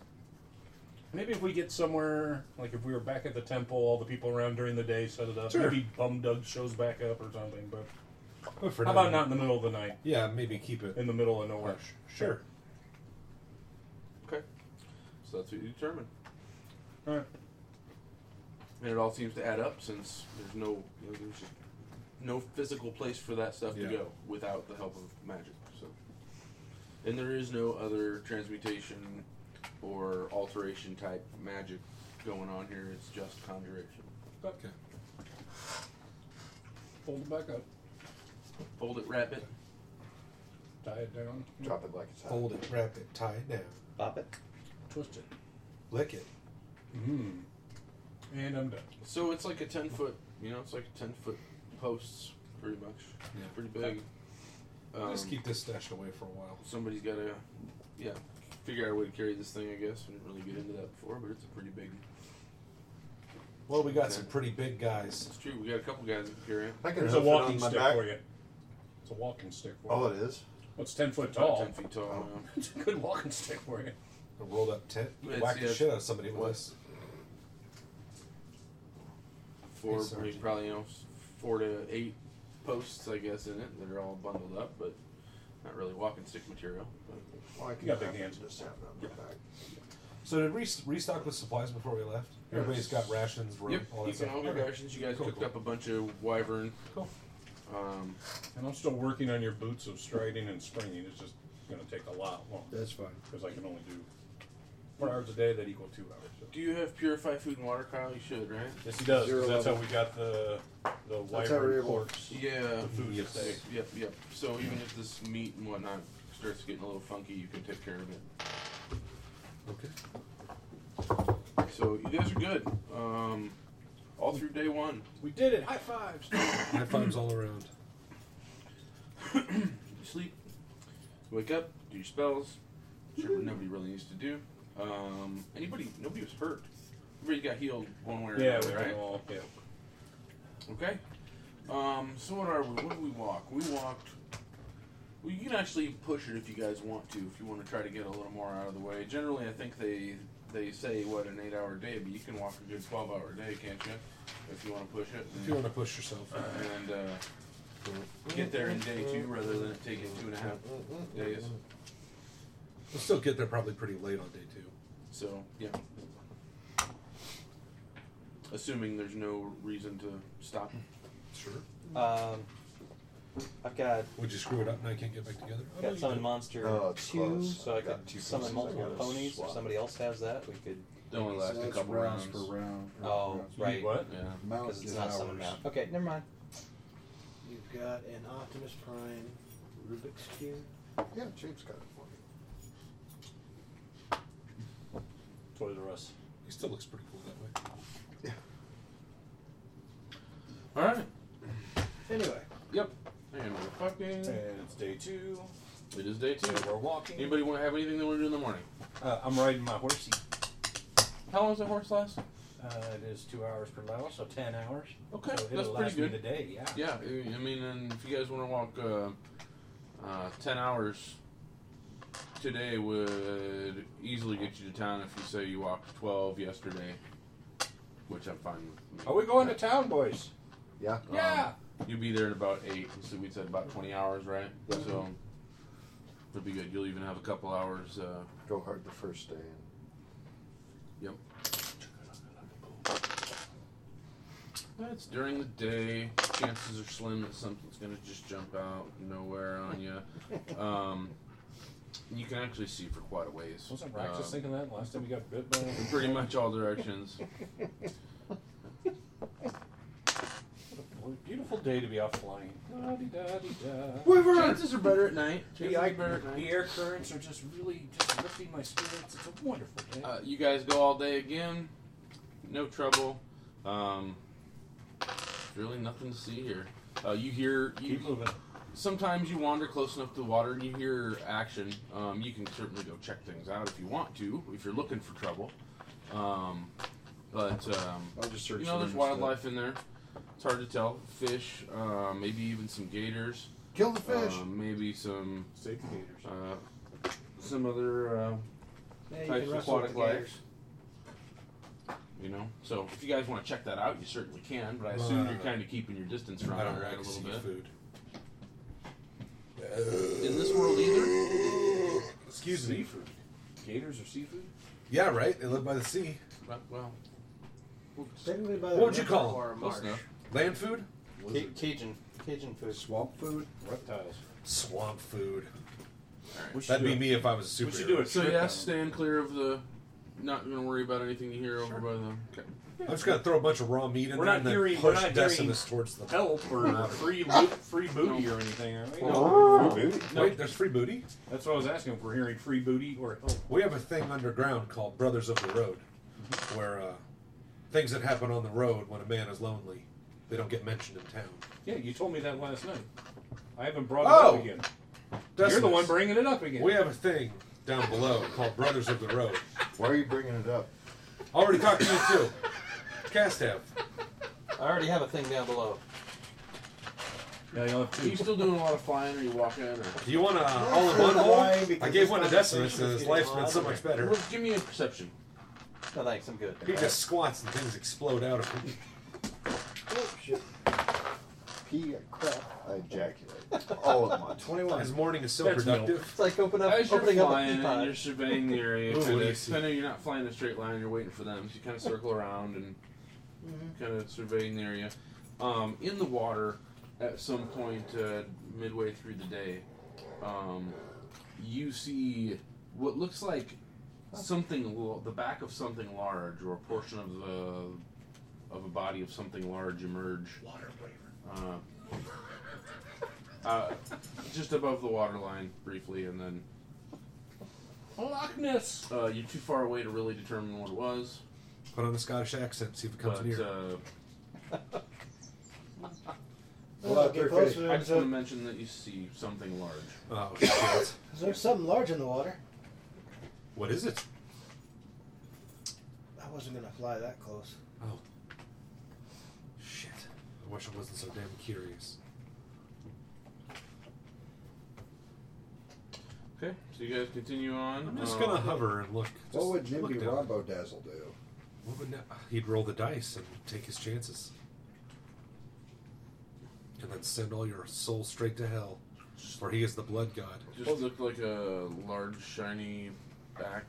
Speaker 16: maybe if we get somewhere, like if we were back at the temple, all the people around during the day set it up.
Speaker 12: Sure.
Speaker 16: Maybe Bum Dug shows back up or something. But
Speaker 12: But for
Speaker 16: how
Speaker 12: now-
Speaker 16: about not in the middle of the night?
Speaker 12: Yeah, maybe keep it
Speaker 16: in the middle of nowhere.
Speaker 12: Sure.
Speaker 9: Okay. So that's what you determine.
Speaker 16: All right.
Speaker 9: And it all seems to add up since there's no you know, there's just no physical place for that stuff
Speaker 12: Yeah.
Speaker 9: to go without the help of magic. So, and there is no other transmutation or alteration type magic going on here. It's just conjuration.
Speaker 12: Okay.
Speaker 16: Fold it back up.
Speaker 9: Fold it, wrap it.
Speaker 16: Tie it down.
Speaker 13: Drop it like it's hot.
Speaker 12: Fold it, wrap it, tie it down,
Speaker 19: Pop it.
Speaker 16: Twist it.
Speaker 12: lick it.
Speaker 16: Mm. And I'm done.
Speaker 9: So it's like a ten foot. You know, it's like a ten foot posts, pretty much.
Speaker 12: Yeah.
Speaker 9: Pretty big.
Speaker 12: Just
Speaker 9: Um,
Speaker 12: keep this stashed away for a while.
Speaker 9: somebody's got to, yeah, figure out a way to carry this thing. I guess we didn't really get into that before, but it's a pretty big.
Speaker 12: Well, we got some pretty big guys.
Speaker 9: It's true. We got a couple guys that can carry it.
Speaker 13: I can
Speaker 16: There's a
Speaker 13: hoof it
Speaker 16: walking
Speaker 13: on my
Speaker 16: stick
Speaker 13: back.
Speaker 16: for you. It's a walking stick for you.
Speaker 13: Oh, it is.
Speaker 16: What's ten foot
Speaker 12: Oh.
Speaker 9: About
Speaker 16: tall?
Speaker 9: ten feet tall. yeah.
Speaker 16: <laughs> It's a good walking stick for you.
Speaker 12: A rolled up tent.
Speaker 9: It's-
Speaker 12: Whack the
Speaker 9: yeah,
Speaker 12: shit out of somebody with
Speaker 9: what?
Speaker 12: this.
Speaker 9: Four, I
Speaker 12: Hey,
Speaker 9: mean,
Speaker 12: Sergeant.
Speaker 9: probably you know, four to eight posts, I guess, in it that are all bundled up, but not really walking stick material. But.
Speaker 11: Well, I can
Speaker 16: You got big
Speaker 11: have it,
Speaker 16: hands.
Speaker 11: just have it on my back.
Speaker 12: So did we restock with supplies before we left? Everybody's got rations, rope,
Speaker 9: Yep,
Speaker 12: all that
Speaker 9: you can
Speaker 12: stuff.
Speaker 9: all get
Speaker 12: Okay.
Speaker 9: rations. You guys
Speaker 12: Cool,
Speaker 9: cooked
Speaker 12: cool.
Speaker 9: up a bunch of wyvern.
Speaker 12: Cool.
Speaker 9: Um,
Speaker 16: And I'm still working on your boots of striding and springing. It's just going to take a lot longer.
Speaker 22: That's fine.
Speaker 16: Because I can only do four hours a day that equal two hours.
Speaker 9: do you have purify food and water, Kyle? You should, right?
Speaker 16: Yes, he does. 'cause that's how we got the the
Speaker 9: That's how we
Speaker 16: wyvern
Speaker 9: were-
Speaker 16: corpse.
Speaker 9: Yeah.
Speaker 16: The food
Speaker 9: yep,
Speaker 16: today.
Speaker 9: Yep, yep. So even if this meat and whatnot starts getting a little funky, you can take care of it. Okay. So you guys are good. Um, all through day one.
Speaker 12: We did it. High fives. High fives all around.
Speaker 9: You sleep, wake up, do your spells. Sure, nobody really needs to do. Um, anybody, nobody was hurt. Everybody got healed one way or
Speaker 16: Yeah,
Speaker 9: another,
Speaker 16: we
Speaker 9: right?
Speaker 16: did all- yeah.
Speaker 9: Okay. Um, so what are we? What did we walk? We walked. Well, you can actually push it if you guys want to. If you want to try to get a little more out of the way. Generally, I think they they say what an eight-hour day, but you can walk a good twelve-hour day, can't you? If you want to push it.
Speaker 12: If you wanna push yourself.
Speaker 9: And uh, get there in day two rather than it taking two and a half days.
Speaker 12: We'll still get there probably pretty late on day two.
Speaker 9: So yeah. Assuming there's no reason to stop.
Speaker 12: Sure.
Speaker 19: Um, I've got.
Speaker 12: Would you screw it up and I can't get back together?
Speaker 19: I've got summon monster
Speaker 9: Uh,
Speaker 23: Oh, it's
Speaker 19: two,
Speaker 23: close.
Speaker 19: so I
Speaker 23: I've got
Speaker 19: could
Speaker 23: two
Speaker 19: summon
Speaker 23: pieces. I
Speaker 19: multiple
Speaker 23: gotta
Speaker 19: ponies.
Speaker 23: swap.
Speaker 19: If somebody else has that, we could.
Speaker 9: They only last a
Speaker 19: That's
Speaker 9: couple
Speaker 19: rounds
Speaker 9: rounds. per round-
Speaker 19: Oh,
Speaker 9: rounds.
Speaker 19: right.
Speaker 9: What? Yeah.
Speaker 19: Mount
Speaker 14: is
Speaker 19: it's not summon
Speaker 14: ours.
Speaker 19: mount. Okay, never mind.
Speaker 14: You've got an Optimus Prime Rubik's Cube.
Speaker 22: Yeah, James got it for me.
Speaker 16: Toys R Us.
Speaker 12: He still looks pretty cool that way.
Speaker 9: All right.
Speaker 14: Anyway.
Speaker 9: Yep. And we're fucking.
Speaker 16: And it's day two.
Speaker 9: It is day two.
Speaker 16: And we're walking.
Speaker 9: Anybody want to have anything they want to do in the morning?
Speaker 16: Uh, I'm riding my horsey.
Speaker 9: How long does a horse last?
Speaker 11: Uh, it is two hours per mile, so ten hours.
Speaker 9: Okay,
Speaker 11: so
Speaker 9: that's
Speaker 11: it'll
Speaker 9: pretty
Speaker 11: last
Speaker 9: good.
Speaker 11: me the day. Yeah.
Speaker 9: Yeah. I I mean, and if you guys want to walk uh, uh, ten hours today, would easily get you to town. If you say you walked twelve yesterday, which I'm fine with.
Speaker 11: Are we going to town, boys?
Speaker 16: Um,
Speaker 23: Yeah.
Speaker 11: Yeah.
Speaker 9: You'd be there in about eight. So we said about twenty hours, right?
Speaker 11: Mm-hmm.
Speaker 23: Yeah.
Speaker 9: So it'll be good. You'll even have a couple hours. Uh,
Speaker 23: Go hard the first day.
Speaker 9: Yep. That's during the day. Chances are slim that something's gonna just jump out of nowhere on you. Um, you can actually see for quite a ways.
Speaker 16: Wasn't Rax just
Speaker 9: Um,
Speaker 16: thinking that last time we got bit by
Speaker 9: in pretty much all directions.
Speaker 16: What a beautiful day to be out flying. Da-di-da-di-da.
Speaker 9: Chances are better at night.
Speaker 11: The,
Speaker 9: Chances
Speaker 11: I,
Speaker 9: are better at night.
Speaker 11: the air currents are just really just lifting my spirits. It's a wonderful day.
Speaker 9: Uh, you guys go all day again. No trouble. Um, really nothing to see here. Uh, you hear. You, Keep
Speaker 16: moving.
Speaker 9: Sometimes you wander close enough to the water and you hear action. Um, you can certainly go check things out if you want to, if you're looking for trouble. Um, but um,
Speaker 23: I'll just search
Speaker 9: you know,
Speaker 23: them
Speaker 9: there's
Speaker 23: instead.
Speaker 9: wildlife in there. It's hard to tell. Fish, uh, maybe even some gators.
Speaker 22: Kill the fish.
Speaker 9: Uh, maybe some. Uh, some other uh,
Speaker 14: Yeah, you
Speaker 9: types
Speaker 14: can
Speaker 9: of
Speaker 14: wrestle with
Speaker 9: aquatic
Speaker 14: the
Speaker 9: life.
Speaker 14: gators.
Speaker 9: You know, so if you guys want to check that out, you certainly can. But I assume
Speaker 12: Uh,
Speaker 9: you're kind of keeping your distance from
Speaker 12: I
Speaker 9: it
Speaker 12: don't
Speaker 9: right,
Speaker 12: like
Speaker 9: a little bit.
Speaker 12: seafood.
Speaker 9: In this world, either.
Speaker 12: Excuse me.
Speaker 9: Seafood. Gators or seafood?
Speaker 12: <sighs> Yeah, right. They live by the sea.
Speaker 9: Well, well
Speaker 14: Technically by the
Speaker 12: What would you
Speaker 14: reservoir
Speaker 12: call
Speaker 14: or a
Speaker 12: them?
Speaker 14: marsh.
Speaker 12: Land food?
Speaker 19: Ca- Cajun, Cajun food.
Speaker 22: Swamp food.
Speaker 16: Reptiles.
Speaker 12: Swamp food.
Speaker 9: We should
Speaker 12: That'd
Speaker 9: do
Speaker 12: be
Speaker 9: it.
Speaker 12: me if I was a superhero.
Speaker 9: we should do it. So yeah, stand clear of the. Not going to worry about anything you hear over by the. Okay.
Speaker 12: I'm just gonna throw a bunch of raw meat in
Speaker 9: We're
Speaker 12: there
Speaker 9: not
Speaker 12: and then
Speaker 9: hearing-
Speaker 12: push
Speaker 9: we're not
Speaker 12: Decimus
Speaker 9: hearing
Speaker 12: towards the
Speaker 9: <laughs>
Speaker 16: help or free loot, free booty or anything, are we?
Speaker 12: Oh.
Speaker 16: No.
Speaker 12: Free booty?
Speaker 16: No.
Speaker 12: Wait, there's free booty?
Speaker 16: That's what I was asking. If we're hearing free booty or oh, help.
Speaker 12: We have a thing underground called Brothers of the Road, where uh, things that happen on the road when a man is lonely, they don't get mentioned in town.
Speaker 16: Yeah, you told me that last night. I haven't brought it
Speaker 12: Oh!
Speaker 16: up again. You're the
Speaker 12: Decimus.
Speaker 16: one bringing it up again.
Speaker 12: We have a thing down below called Brothers of the Road.
Speaker 23: Why are you bringing it up?
Speaker 12: I already talked to you too. Cast have.
Speaker 19: I already have a thing down below.
Speaker 16: Yeah, you'll have
Speaker 9: Are you still doing a lot of flying, or you walking? Or?
Speaker 12: Do you want a all in one hole? I gave one to Decimus, and his life's been so much better.
Speaker 9: Well, give me a perception.
Speaker 19: No thanks, I'm good.
Speaker 12: He just squats and things explode out of him.
Speaker 22: Oh, shit.
Speaker 13: pee and crap. I ejaculate. All of mine.
Speaker 12: 21. This morning is so productive.
Speaker 19: It's like open up,
Speaker 9: As you're
Speaker 19: opening up a
Speaker 9: flying
Speaker 19: pea
Speaker 9: and
Speaker 19: pod.
Speaker 9: you're surveying the area,
Speaker 12: Ooh, what
Speaker 9: kind
Speaker 12: do
Speaker 9: of,
Speaker 12: you see?
Speaker 9: I know you're not flying in a straight line. You're waiting for them, so you kind of circle around and
Speaker 19: Mm-hmm.
Speaker 9: kind of surveying the area. Um, in the water, at some point uh, midway through the day, um, you see what looks like something, l- the back of something large, or a portion of the of a body of something large emerge. Water flavor. Uh, <laughs> uh, just above the water line, briefly, and then.
Speaker 24: Loch Ness.
Speaker 9: Uh, you're too far away to really determine what it was.
Speaker 12: Put on a Scottish accent, see if it comes
Speaker 9: But,
Speaker 12: near.
Speaker 9: uh,
Speaker 14: Well, I'll get closer
Speaker 9: I
Speaker 14: and
Speaker 9: just want to
Speaker 14: so-
Speaker 9: mention that you see something large.
Speaker 16: uh,
Speaker 12: Oh, shit.
Speaker 14: Is there something large in the water?
Speaker 12: what is it?
Speaker 14: I wasn't gonna fly that close.
Speaker 12: Oh. Shit. I wish I wasn't so damn curious.
Speaker 9: Okay, so you guys continue on.
Speaker 12: I'm just
Speaker 9: Uh,
Speaker 12: gonna hover and look.
Speaker 11: What
Speaker 12: Just
Speaker 11: would
Speaker 12: look
Speaker 11: Nimby
Speaker 12: down.
Speaker 11: Rombo Dazzle do?
Speaker 12: What would that, he'd roll the dice and take his chances, and then send all your souls straight to hell, for he is the blood god.
Speaker 9: Just looked like a large, shiny back.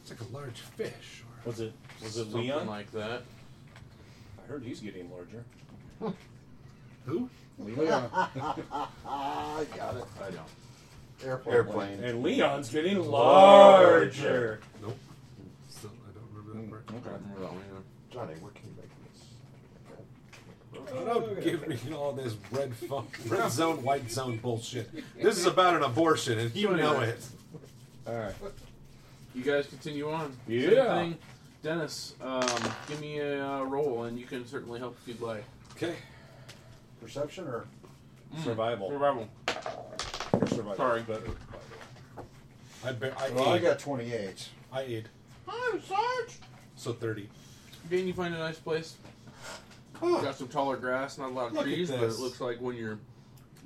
Speaker 12: It's like a large fish.
Speaker 10: Was it was it
Speaker 9: something
Speaker 10: Leon?
Speaker 9: like that.
Speaker 10: I heard he's getting larger.
Speaker 12: Who?
Speaker 11: Leon.
Speaker 13: I got it.
Speaker 9: I don't.
Speaker 13: Airplane.
Speaker 16: And Leon's getting larger.
Speaker 13: Larger.
Speaker 12: Nope. Still, I don't remember that
Speaker 11: Hmm,
Speaker 12: part.
Speaker 9: Okay, I remember that one. yeah.
Speaker 13: Johnny, what can you make of this?
Speaker 12: Oh, don't give me all this red funk,
Speaker 13: <laughs>
Speaker 12: red zone, white zone bullshit. This is about an abortion, and <laughs> you know it.
Speaker 9: All right. You guys continue on.
Speaker 12: Yeah.
Speaker 9: Same thing. Dennis, um, give me a uh, roll, and you can certainly help if you'd like.
Speaker 12: Okay.
Speaker 11: Perception or
Speaker 16: Hmm.
Speaker 10: Survival.
Speaker 9: Survival.
Speaker 11: or survival?
Speaker 9: Sorry.
Speaker 10: But
Speaker 12: I be, I
Speaker 11: Well, I
Speaker 12: aid.
Speaker 11: got 28.
Speaker 12: I aid.
Speaker 25: Hi, Sarge.
Speaker 12: So thirty.
Speaker 9: Again, you find a nice place. Got some taller grass, not a lot of
Speaker 12: Look at
Speaker 9: trees, but it
Speaker 12: this.
Speaker 9: looks like when you're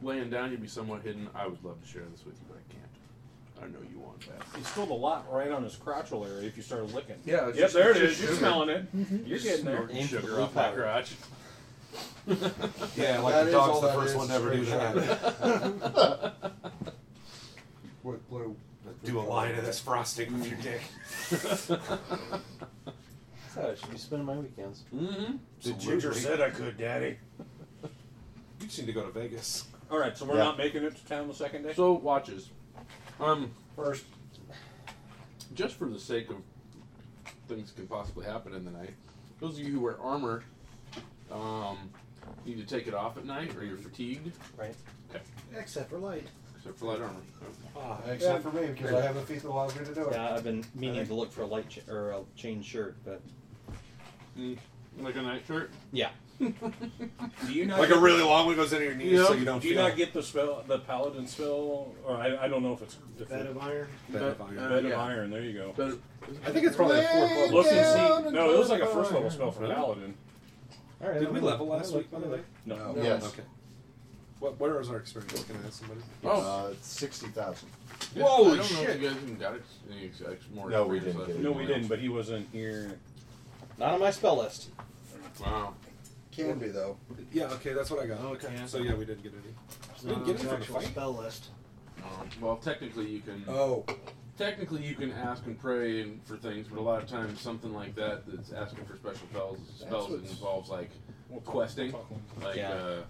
Speaker 9: laying down, you'll be somewhat hidden. I would love to share this with you, but I can't. I know you want that.
Speaker 10: he stole a lot right on his crotchal area. If you started licking.
Speaker 9: Yeah,
Speaker 10: Yep.
Speaker 9: it's just-
Speaker 10: There it
Speaker 9: it's
Speaker 10: is.
Speaker 9: just
Speaker 10: You're
Speaker 9: sugar.
Speaker 10: smelling it. You're getting there.
Speaker 9: Snorting sugar off my crotch.
Speaker 12: Yeah, like
Speaker 11: That
Speaker 12: the
Speaker 11: is
Speaker 12: dog's
Speaker 11: all
Speaker 12: the
Speaker 11: that
Speaker 12: first
Speaker 11: is,
Speaker 12: one to ever do
Speaker 11: straight
Speaker 12: that. <laughs>
Speaker 11: With blue.
Speaker 12: do a line of this frosting with your dick.
Speaker 19: That's how I should be spending my weekends.
Speaker 9: Mm-hmm.
Speaker 12: The
Speaker 21: ginger said I could, Daddy.
Speaker 12: You just need to go to Vegas.
Speaker 10: All right, so we're
Speaker 9: Yeah.
Speaker 10: not making it to town the second day.
Speaker 9: So watches. Um,
Speaker 11: First,
Speaker 9: just for the sake of things that can possibly happen in the night, those of you who wear armor, um, need to take it off at night, or you're fatigued.
Speaker 19: Right.
Speaker 9: Okay.
Speaker 14: Except for light.
Speaker 9: Except for light armor.
Speaker 11: Except for me, because I haven't feet that allows me to do it.
Speaker 19: Ah, Yeah, I've been meaning to look for a light ch- or a chain shirt, but
Speaker 9: Mm, like a night shirt.
Speaker 19: yeah.
Speaker 10: Do you not
Speaker 12: Like a really long one goes into your knees, so you don't
Speaker 10: do you
Speaker 12: feel.
Speaker 10: not get the spell, the paladin spell, or I, I don't know if it's
Speaker 14: Bed
Speaker 10: different.
Speaker 14: of iron.
Speaker 12: Bed of iron.
Speaker 10: Bed of
Speaker 9: yeah.
Speaker 10: iron. There you go.
Speaker 9: But
Speaker 12: I think it's probably a fourth level.
Speaker 10: Look
Speaker 12: spell.
Speaker 10: and see. No, it was like a first level spell for paladin.
Speaker 14: All right,
Speaker 12: Did
Speaker 14: I'm
Speaker 12: we
Speaker 14: gonna-
Speaker 12: level last
Speaker 14: I'm
Speaker 12: week, by the
Speaker 14: gonna-
Speaker 12: way?
Speaker 10: No.
Speaker 13: No. Yes.
Speaker 12: Okay. What? Where is our experience? Can I ask somebody?
Speaker 13: Uh,
Speaker 9: Oh.
Speaker 13: it's 60,000.
Speaker 9: I don't
Speaker 12: Holy
Speaker 9: know if
Speaker 12: shit!
Speaker 9: you guys even got it. Any ex- ex- more
Speaker 13: No, we
Speaker 9: experience
Speaker 13: didn't
Speaker 10: No,
Speaker 9: left.
Speaker 10: we didn't. But he wasn't here.
Speaker 19: Not on my spell list.
Speaker 9: Wow.
Speaker 11: Can be, though.
Speaker 12: Yeah. Okay, that's what I got. Okay. Uh, So yeah, we didn't get any.
Speaker 14: It's
Speaker 12: We
Speaker 14: not
Speaker 12: didn't
Speaker 14: on
Speaker 12: get any
Speaker 14: the
Speaker 12: from the
Speaker 14: actual
Speaker 12: fight.
Speaker 14: spell list.
Speaker 9: Um, well, technically you can.
Speaker 12: Uh,
Speaker 11: Oh,
Speaker 9: Technically, you can ask and pray and for things, but a lot of times something like that that's asking for special spells spells that
Speaker 11: what's-
Speaker 9: involves like
Speaker 10: We'll talk-
Speaker 9: questing,
Speaker 10: we'll talk one.
Speaker 9: like
Speaker 19: Yeah.
Speaker 9: uh,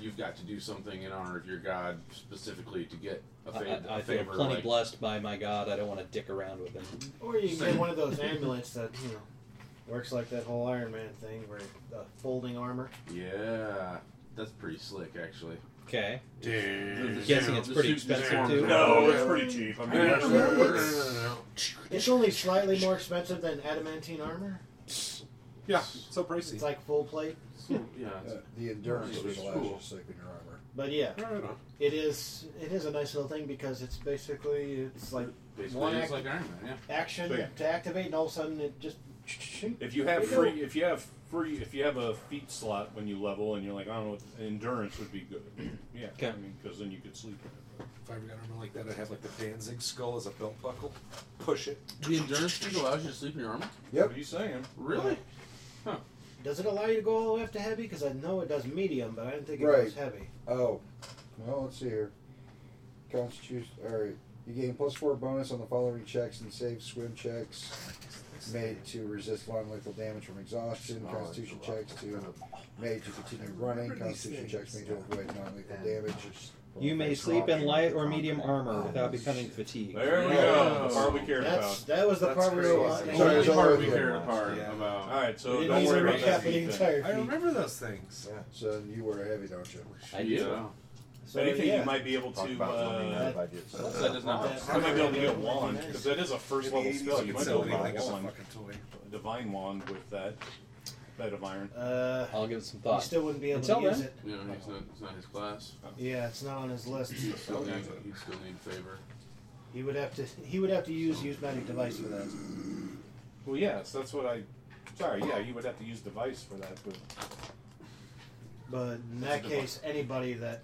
Speaker 9: you've got to do something in honor of your god specifically to get a,
Speaker 19: I,
Speaker 9: fa-
Speaker 19: I, I
Speaker 9: a
Speaker 19: feel
Speaker 9: favor.
Speaker 19: plenty
Speaker 9: like-
Speaker 19: blessed by my God. I don't want to dick around with him.
Speaker 14: Or you can get one of those amulets that, you know, works like that whole Iron Man thing where the folding armor.
Speaker 9: Yeah, that's pretty slick, actually.
Speaker 19: Okay.
Speaker 9: Dude,
Speaker 19: guessing it's pretty expensive, too.
Speaker 10: No, it's pretty cheap. I mean, that's-
Speaker 14: It's only slightly more expensive than adamantine armor.
Speaker 12: Yeah. So pricey.
Speaker 14: It's like full plate.
Speaker 9: yeah,
Speaker 11: uh, the endurance
Speaker 9: Nice.
Speaker 11: would allow you
Speaker 9: Cool.
Speaker 11: to sleep in your armor.
Speaker 14: But yeah,
Speaker 12: Right on.
Speaker 14: it is it is a nice little thing because it's basically it's like
Speaker 9: basically
Speaker 14: one
Speaker 9: it's
Speaker 14: act,
Speaker 9: like Iron Man. Yeah.
Speaker 14: action
Speaker 10: So, yeah.
Speaker 14: to activate and all of a sudden it just
Speaker 10: If you have
Speaker 14: There you
Speaker 10: free, if you have free, if you have a feat slot when you level, and you're like, I don't know, endurance would be good. <clears throat> Yeah,
Speaker 19: Okay.
Speaker 10: I mean, because then you could sleep. in it.
Speaker 12: If I ever got armor like that, I'd have like the Danzig skull as a belt buckle. Push it.
Speaker 9: The endurance thing allows you to sleep in your armor.
Speaker 11: Yep.
Speaker 10: What are you saying?
Speaker 9: Really? Huh.
Speaker 14: Does it allow you to go all the way up to heavy? Because I know it does medium, but I didn't think it
Speaker 11: Right.
Speaker 14: goes heavy.
Speaker 11: Oh, well, let's see here. Constitution. All right, you gain plus four bonus on the following checks and save swim checks made to resist non-lethal damage from exhaustion. Constitution checks to made to continue running. Constitution checks made to avoid non-lethal damage.
Speaker 19: You may sleep in light or medium armor without becoming fatigued.
Speaker 9: There we go. The part we cared
Speaker 14: That's-
Speaker 9: about.
Speaker 14: that was the That's part we were crazy. on-
Speaker 9: Only
Speaker 14: Sorry, it was
Speaker 9: the
Speaker 14: all
Speaker 9: part
Speaker 14: over
Speaker 9: we
Speaker 14: the
Speaker 9: cared
Speaker 14: other
Speaker 9: apart
Speaker 14: ones. Yeah.
Speaker 9: about. All right, so
Speaker 14: We
Speaker 9: don't
Speaker 14: didn't
Speaker 9: worry
Speaker 14: even
Speaker 9: about that.
Speaker 14: recap the entire feat.
Speaker 12: those things.
Speaker 11: Yeah. So you were heavy, don't you?
Speaker 9: I do. Yeah. If anything, you might be able to. Uh, that does not. I might be able to get a wand because that is a first level spell. You might be able to get a wand, a divine wand with that. That of iron.
Speaker 14: Uh,
Speaker 26: I'll give it some
Speaker 14: thought. still wouldn't be able to use it.
Speaker 9: Yeah, it's not, it's not his class.
Speaker 14: Yeah, it's not on his list.
Speaker 9: He'd still need, he'd still need favor.
Speaker 14: He would have to. He would have to use use magic device for that.
Speaker 9: Well, yes, that's what I. Sorry, yeah, you would have to use device for that, but
Speaker 14: But in
Speaker 9: That's
Speaker 14: that
Speaker 9: a good
Speaker 14: case, anybody that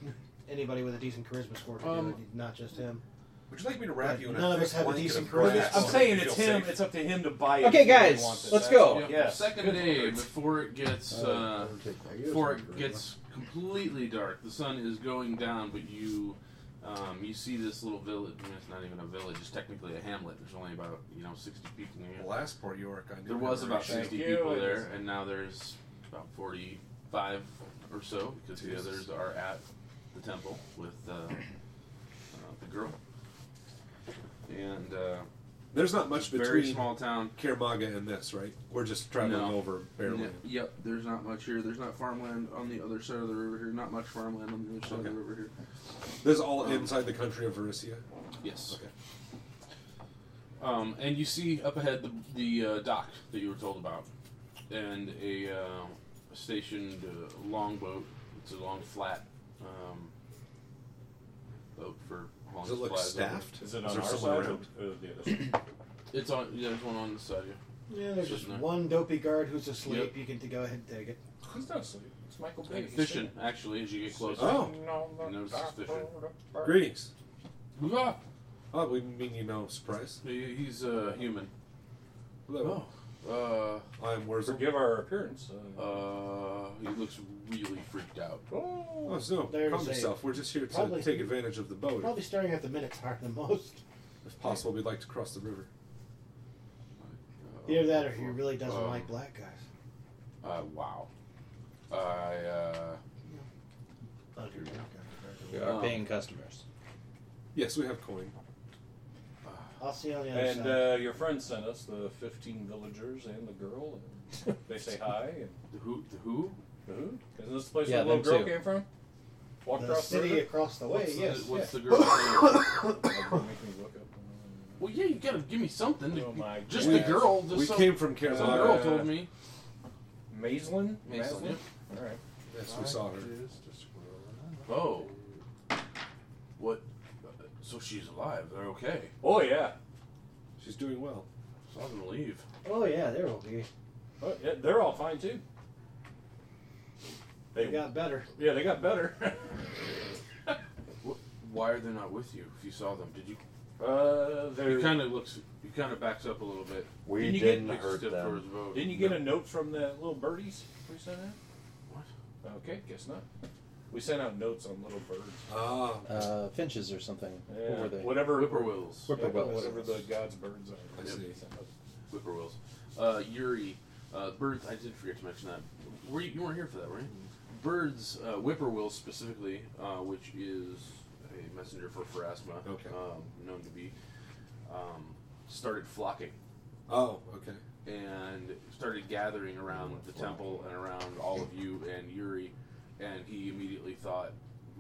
Speaker 14: anybody with a decent charisma score could
Speaker 9: Um,
Speaker 14: do it, not just him.
Speaker 12: Would you like me to wrap
Speaker 14: But
Speaker 12: you in a
Speaker 14: None of
Speaker 12: thick
Speaker 14: us have a
Speaker 12: blanket
Speaker 14: decent
Speaker 12: of
Speaker 14: charisma.
Speaker 12: grass?
Speaker 9: I'm
Speaker 12: Well,
Speaker 9: saying
Speaker 12: you
Speaker 9: it's
Speaker 12: feel
Speaker 9: him.
Speaker 12: safe.
Speaker 9: It's up to him to buy it.
Speaker 12: Okay,
Speaker 9: if he really
Speaker 12: guys,
Speaker 9: wants it.
Speaker 12: let's
Speaker 9: That's-
Speaker 12: go.
Speaker 9: yeah,
Speaker 12: Yeah.
Speaker 9: Second
Speaker 12: Oh, Good
Speaker 9: day
Speaker 12: lord.
Speaker 9: before it gets
Speaker 12: Uh,
Speaker 9: uh,
Speaker 12: I'll take that. You guys
Speaker 9: before
Speaker 12: have
Speaker 9: it
Speaker 12: charisma.
Speaker 9: gets completely dark. The sun is going down, but you um, you see this little village. I mean, it's not even a village. It's technically a hamlet. There's only about you know 60 people in here.
Speaker 12: Well, that's poor York. I knew
Speaker 9: there
Speaker 12: we
Speaker 9: was
Speaker 12: were
Speaker 9: about
Speaker 12: right.
Speaker 9: 60
Speaker 12: Thank you.
Speaker 9: people there, and now there's about 45 or so because the others are at the temple with uh, uh, the girl. And uh,
Speaker 12: There's not much
Speaker 9: very
Speaker 12: between
Speaker 9: small town
Speaker 12: Kirmaga and this, right? We're just traveling
Speaker 9: No.
Speaker 12: over barely.
Speaker 9: No, Yep, there's not much here. There's not farmland on the other side of the river here. Not much farmland on the other side of the river here.
Speaker 12: This is all
Speaker 9: Um,
Speaker 12: inside the country of Varissia.
Speaker 9: Yes. Okay. Um, and you see up ahead the, the uh, dock that you were told about, and a uh, stationed uh, longboat. It's a long, flat um, boat for hauling
Speaker 12: Does it look
Speaker 9: supplies over.
Speaker 12: staffed? Is it on Is there our someone side or-
Speaker 27: or the other side?
Speaker 9: It's on. yeah, There's one on the side. Yeah.
Speaker 14: Yeah, there's
Speaker 9: It's
Speaker 14: just
Speaker 9: in there.
Speaker 14: one dopey guard who's asleep.
Speaker 9: Yep.
Speaker 14: You can t- go ahead and take it.
Speaker 16: He's not asleep. It's Michael Bay.
Speaker 9: And fishing, actually, as you get closer.
Speaker 12: Oh.
Speaker 9: You notice he's fishing.
Speaker 12: Greetings.
Speaker 9: Ah.
Speaker 12: Oh, we mean you no surprise.
Speaker 9: He- He's uh, human.
Speaker 12: Hello.
Speaker 9: Uh,
Speaker 24: Oh.
Speaker 12: I'm Wurzel.
Speaker 9: Forgive
Speaker 12: our
Speaker 9: appearance. Uh, he looks really freaked out.
Speaker 12: Oh, so
Speaker 14: There's
Speaker 12: calm
Speaker 14: a-
Speaker 12: yourself. We're just here to
Speaker 14: probably-
Speaker 12: take advantage of the boat.
Speaker 14: Probably staring at the Minotaur the most.
Speaker 12: If possible, we'd like to cross the river.
Speaker 14: <laughs>
Speaker 9: Uh,
Speaker 14: Either that, or he really doesn't
Speaker 9: Um,
Speaker 14: like black guys.
Speaker 9: Uh, wow. I, uh,
Speaker 19: We are
Speaker 9: Um,
Speaker 19: paying customers.
Speaker 12: Yes, we have coin.
Speaker 14: I'll see you on the other
Speaker 16: And
Speaker 14: side.
Speaker 16: uh, your friend sent us the 15 villagers and the girl. And they say hi. And
Speaker 9: the who? The who?
Speaker 16: The who? Isn't this the place
Speaker 19: Yeah,
Speaker 16: where the little
Speaker 19: them
Speaker 16: girl
Speaker 19: too.
Speaker 16: came from? Walked
Speaker 14: the
Speaker 16: across
Speaker 14: city
Speaker 16: the river?
Speaker 14: across the way.
Speaker 9: What's the-
Speaker 14: yes.
Speaker 9: what's
Speaker 14: yeah.
Speaker 9: the
Speaker 12: <laughs>
Speaker 9: girl?
Speaker 16: Don't make me look up.
Speaker 9: well, yeah, you gotta give me something. To,
Speaker 16: Oh my
Speaker 9: just
Speaker 16: goodness.
Speaker 9: the girl. Just
Speaker 12: We
Speaker 9: some-
Speaker 12: came from
Speaker 9: some
Speaker 12: Kerala.
Speaker 9: girl told me.
Speaker 16: Maislin?
Speaker 9: Maislin, yeah.
Speaker 16: All right.
Speaker 12: Yes, we saw her.
Speaker 9: Oh. What? So she's alive. They're okay.
Speaker 16: Oh, yeah.
Speaker 12: She's doing well.
Speaker 9: Saw them leave.
Speaker 14: Oh yeah, there will be.
Speaker 16: Oh, yeah. They're all fine, too.
Speaker 14: They got better.
Speaker 16: Yeah, they got better. <laughs>
Speaker 9: Wh- Why are they not with you? If you saw them, did you?
Speaker 16: uh,
Speaker 9: He
Speaker 16: they're.
Speaker 9: kind of looks. He kind of backs up a little bit.
Speaker 28: We
Speaker 16: Didn't you
Speaker 28: didn't
Speaker 16: get-
Speaker 28: hurt
Speaker 9: Step
Speaker 28: them.
Speaker 9: towards the boat.
Speaker 16: Didn't you get
Speaker 9: No.
Speaker 16: a note from the little birdies we sent out?
Speaker 9: What?
Speaker 16: Okay, guess not. We sent out notes on little birds.
Speaker 12: Ah,
Speaker 19: Uh, finches or something.
Speaker 16: Yeah,
Speaker 19: What were they?
Speaker 16: Whatever.
Speaker 9: Whippoorwills.
Speaker 16: yeah,
Speaker 19: Whippoorwills.
Speaker 16: Whatever the god's birds are.
Speaker 12: I see.
Speaker 9: Whippoorwills. Uh, Yuri, uh, birds. I did forget to mention that. Were you, you weren't here for that, right? Birds, uh, whippoorwills specifically, uh, which is a messenger for Pharasma,
Speaker 12: Okay.
Speaker 9: um, known to be, um, started flocking
Speaker 12: Oh, okay.
Speaker 9: and started gathering around the temple and around all of you and Yuri, and he immediately thought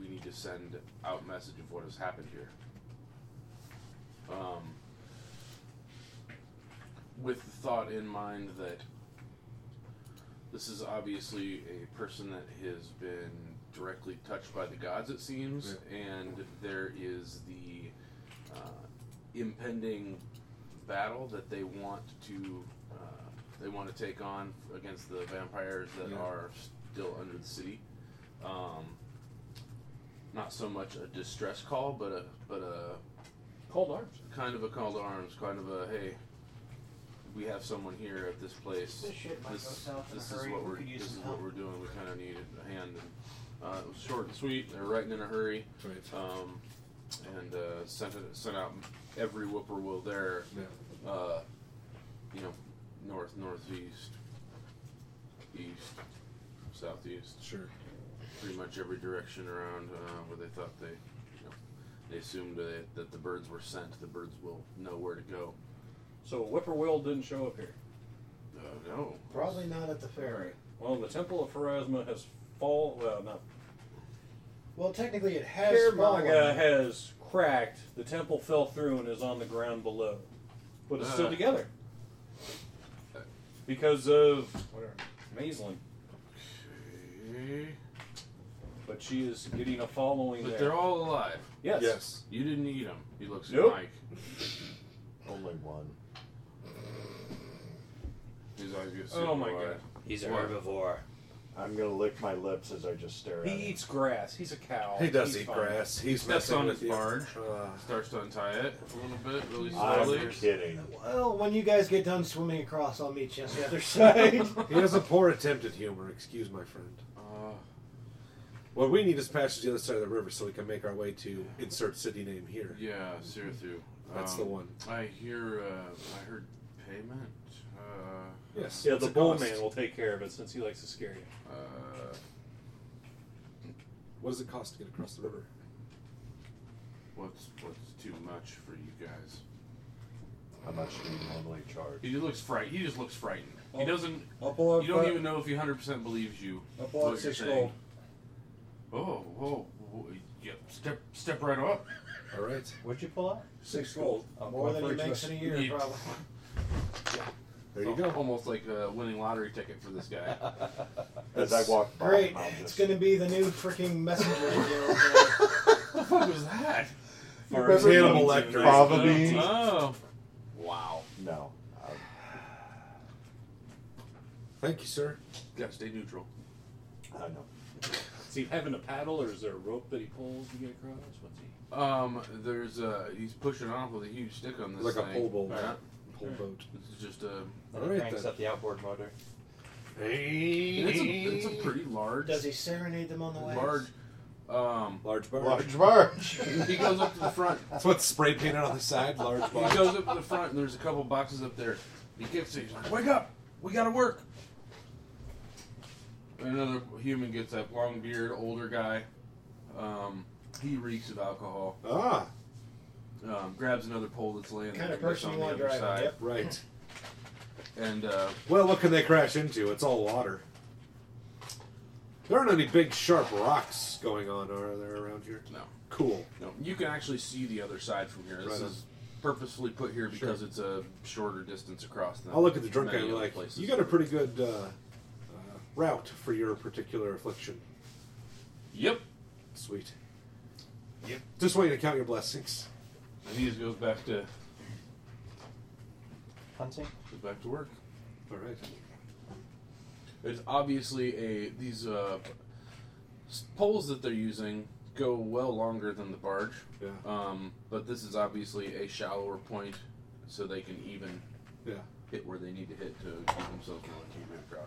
Speaker 9: we need to send out message of what has happened here. Um, with the thought in mind that this is obviously a person that has been directly touched by the gods, it seems, and there is the uh, impending battle that they want to uh, they want to take on against the vampires that
Speaker 12: Yeah.
Speaker 9: are still under the city. Um, not so much a distress call, but a but a
Speaker 16: Cold arms.
Speaker 9: kind of a call to arms, kind of a hey, we have someone here at this place.
Speaker 14: This shit might go
Speaker 9: This,
Speaker 14: south in a
Speaker 9: this is
Speaker 14: hurry.
Speaker 9: what
Speaker 14: We
Speaker 9: we're
Speaker 14: could use
Speaker 9: this is
Speaker 14: some
Speaker 9: what
Speaker 14: help.
Speaker 9: we're doing. We kind of need a hand. And, uh, it was short and sweet. They're writing in a hurry. Um, and uh, sent it, sent out every whippoorwill there. Uh, you know, north, northeast, east, southeast.
Speaker 21: Sure.
Speaker 9: Pretty much every direction around uh, where they thought they, you know, they assumed that, that the birds were sent. The birds will know where to go.
Speaker 24: So Whippoorwill didn't show up here.
Speaker 9: Uh, no.
Speaker 14: Probably not at the ferry.
Speaker 24: Well, the Temple of Pharasma has fall. Well, not
Speaker 14: Well, technically, it has
Speaker 24: Kiermaga
Speaker 14: fallen.
Speaker 24: has cracked. The temple fell through and is on the ground below, but it's still
Speaker 9: Uh.
Speaker 24: together because of whatever Maisling. But she is getting a following.
Speaker 9: But
Speaker 24: there.
Speaker 9: they're all alive.
Speaker 24: Yes. Yes.
Speaker 9: You didn't eat them. You look at
Speaker 24: Nope.
Speaker 9: Mike. Only one. His eyes get super
Speaker 24: Oh my
Speaker 9: wide.
Speaker 24: God. He's a herbivore.
Speaker 13: I'm gonna lick my lips as I just stare
Speaker 24: He
Speaker 13: at him.
Speaker 24: eats grass. He's a cow.
Speaker 13: He does
Speaker 24: He's
Speaker 13: eat
Speaker 24: fine.
Speaker 13: grass. He's
Speaker 9: Steps
Speaker 13: messing
Speaker 9: on
Speaker 13: with
Speaker 9: his
Speaker 13: you.
Speaker 9: barge. starts to untie it a little bit, really
Speaker 13: I'm
Speaker 9: slowly.
Speaker 13: kidding.
Speaker 14: Well, when you guys get done swimming across, I'll meet you on the other side. <laughs>
Speaker 12: he has a poor attempt at humor. Excuse my friend.
Speaker 9: Uh,
Speaker 12: what we need is passage to the other side of the river so we can make our way to insert city name here.
Speaker 9: Yeah, um, Sirathu.
Speaker 12: That's the one.
Speaker 9: I hear. Uh, I heard payment. Uh,
Speaker 16: Yeah, the bull man will take care of it since he likes to scare you.
Speaker 9: Uh,
Speaker 12: What does it cost to get across the river?
Speaker 9: what's what's too much for you guys?
Speaker 13: How much do you normally charge?
Speaker 9: He looks fright. He just looks frightened. He
Speaker 14: Oh.
Speaker 13: I'll-
Speaker 9: doesn't.
Speaker 13: I'll pull up,
Speaker 9: you don't
Speaker 13: uh,
Speaker 9: even know if he hundred percent believes you.
Speaker 13: I'll pull out
Speaker 9: what you're
Speaker 13: six
Speaker 9: saying. Oh, whoa, whoa, yeah, step, step right up.
Speaker 12: All right.
Speaker 19: What'd you pull out?
Speaker 9: Six gold.
Speaker 14: More than he makes in a year,
Speaker 9: Yeah.
Speaker 14: probably.
Speaker 9: There
Speaker 16: Oh.
Speaker 9: you go. Almost like a winning lottery ticket for this guy.
Speaker 13: <laughs> As I walk by,
Speaker 14: Great.
Speaker 13: I'll
Speaker 14: It's
Speaker 13: just-
Speaker 14: going to be the new freaking messenger.
Speaker 13: <laughs>
Speaker 14: uh,
Speaker 9: the fuck was that?
Speaker 13: You remember Hannibal Lecter? Probably.
Speaker 9: Oh. Wow.
Speaker 13: No. I-
Speaker 12: Thank you, sir.
Speaker 9: Yeah, stay neutral.
Speaker 13: I know.
Speaker 16: Is he having a paddle or is there a rope that he pulls to get across? What's he? uh,
Speaker 9: Um, there's uh, he's pushing off with a huge stick on this
Speaker 12: Like a
Speaker 9: thing.
Speaker 12: pole boat.
Speaker 9: Yeah.
Speaker 12: Pole boat.
Speaker 9: This is just a.
Speaker 12: All right, Cranks then.
Speaker 19: up the outboard motor.
Speaker 9: And It's a, it's a pretty large.
Speaker 14: Does he serenade them on the way?
Speaker 9: large um
Speaker 12: large barge.
Speaker 13: Large barge.
Speaker 9: he goes up to the front.
Speaker 12: That's what's spray painted on the side.
Speaker 16: <laughs>
Speaker 12: Large barge.
Speaker 9: He goes up to the front and there's a couple boxes up there. He gets it, he's like, Wake up! We gotta work. Another human gets up, long beard, older guy. Um he reeks of alcohol.
Speaker 12: Ah.
Speaker 9: Um, grabs another pole that's laying
Speaker 14: Kind
Speaker 9: there
Speaker 14: of
Speaker 9: that's
Speaker 14: person you
Speaker 9: on the
Speaker 14: wanna
Speaker 9: other
Speaker 14: drive,
Speaker 9: side.
Speaker 14: yep.
Speaker 12: Right.
Speaker 9: And uh
Speaker 12: Well, what can they crash into? It's all water. There aren't any big sharp rocks going on, are there, around here?
Speaker 9: No.
Speaker 12: Cool.
Speaker 9: No, you can actually see the other side from here. This
Speaker 12: Right on.
Speaker 9: is purposefully put here because it's a shorter distance across. Than
Speaker 12: I'll look at the drunk guy
Speaker 9: many
Speaker 12: and be
Speaker 9: other
Speaker 12: like,
Speaker 9: places.
Speaker 12: you got a pretty good uh, uh, route for your particular affliction.
Speaker 9: Yep.
Speaker 12: Sweet. Yep. Just want you to count your blessings.
Speaker 9: And he just goes back to
Speaker 19: Hunting?
Speaker 9: goes back to work.
Speaker 12: All right.
Speaker 9: It's obviously a these uh, s- poles that they're using go well longer than the barge.
Speaker 12: Yeah.
Speaker 9: Um, but this is obviously a shallower point, so they can even
Speaker 12: Yeah.
Speaker 9: hit where they need to hit to keep themselves from keeping across.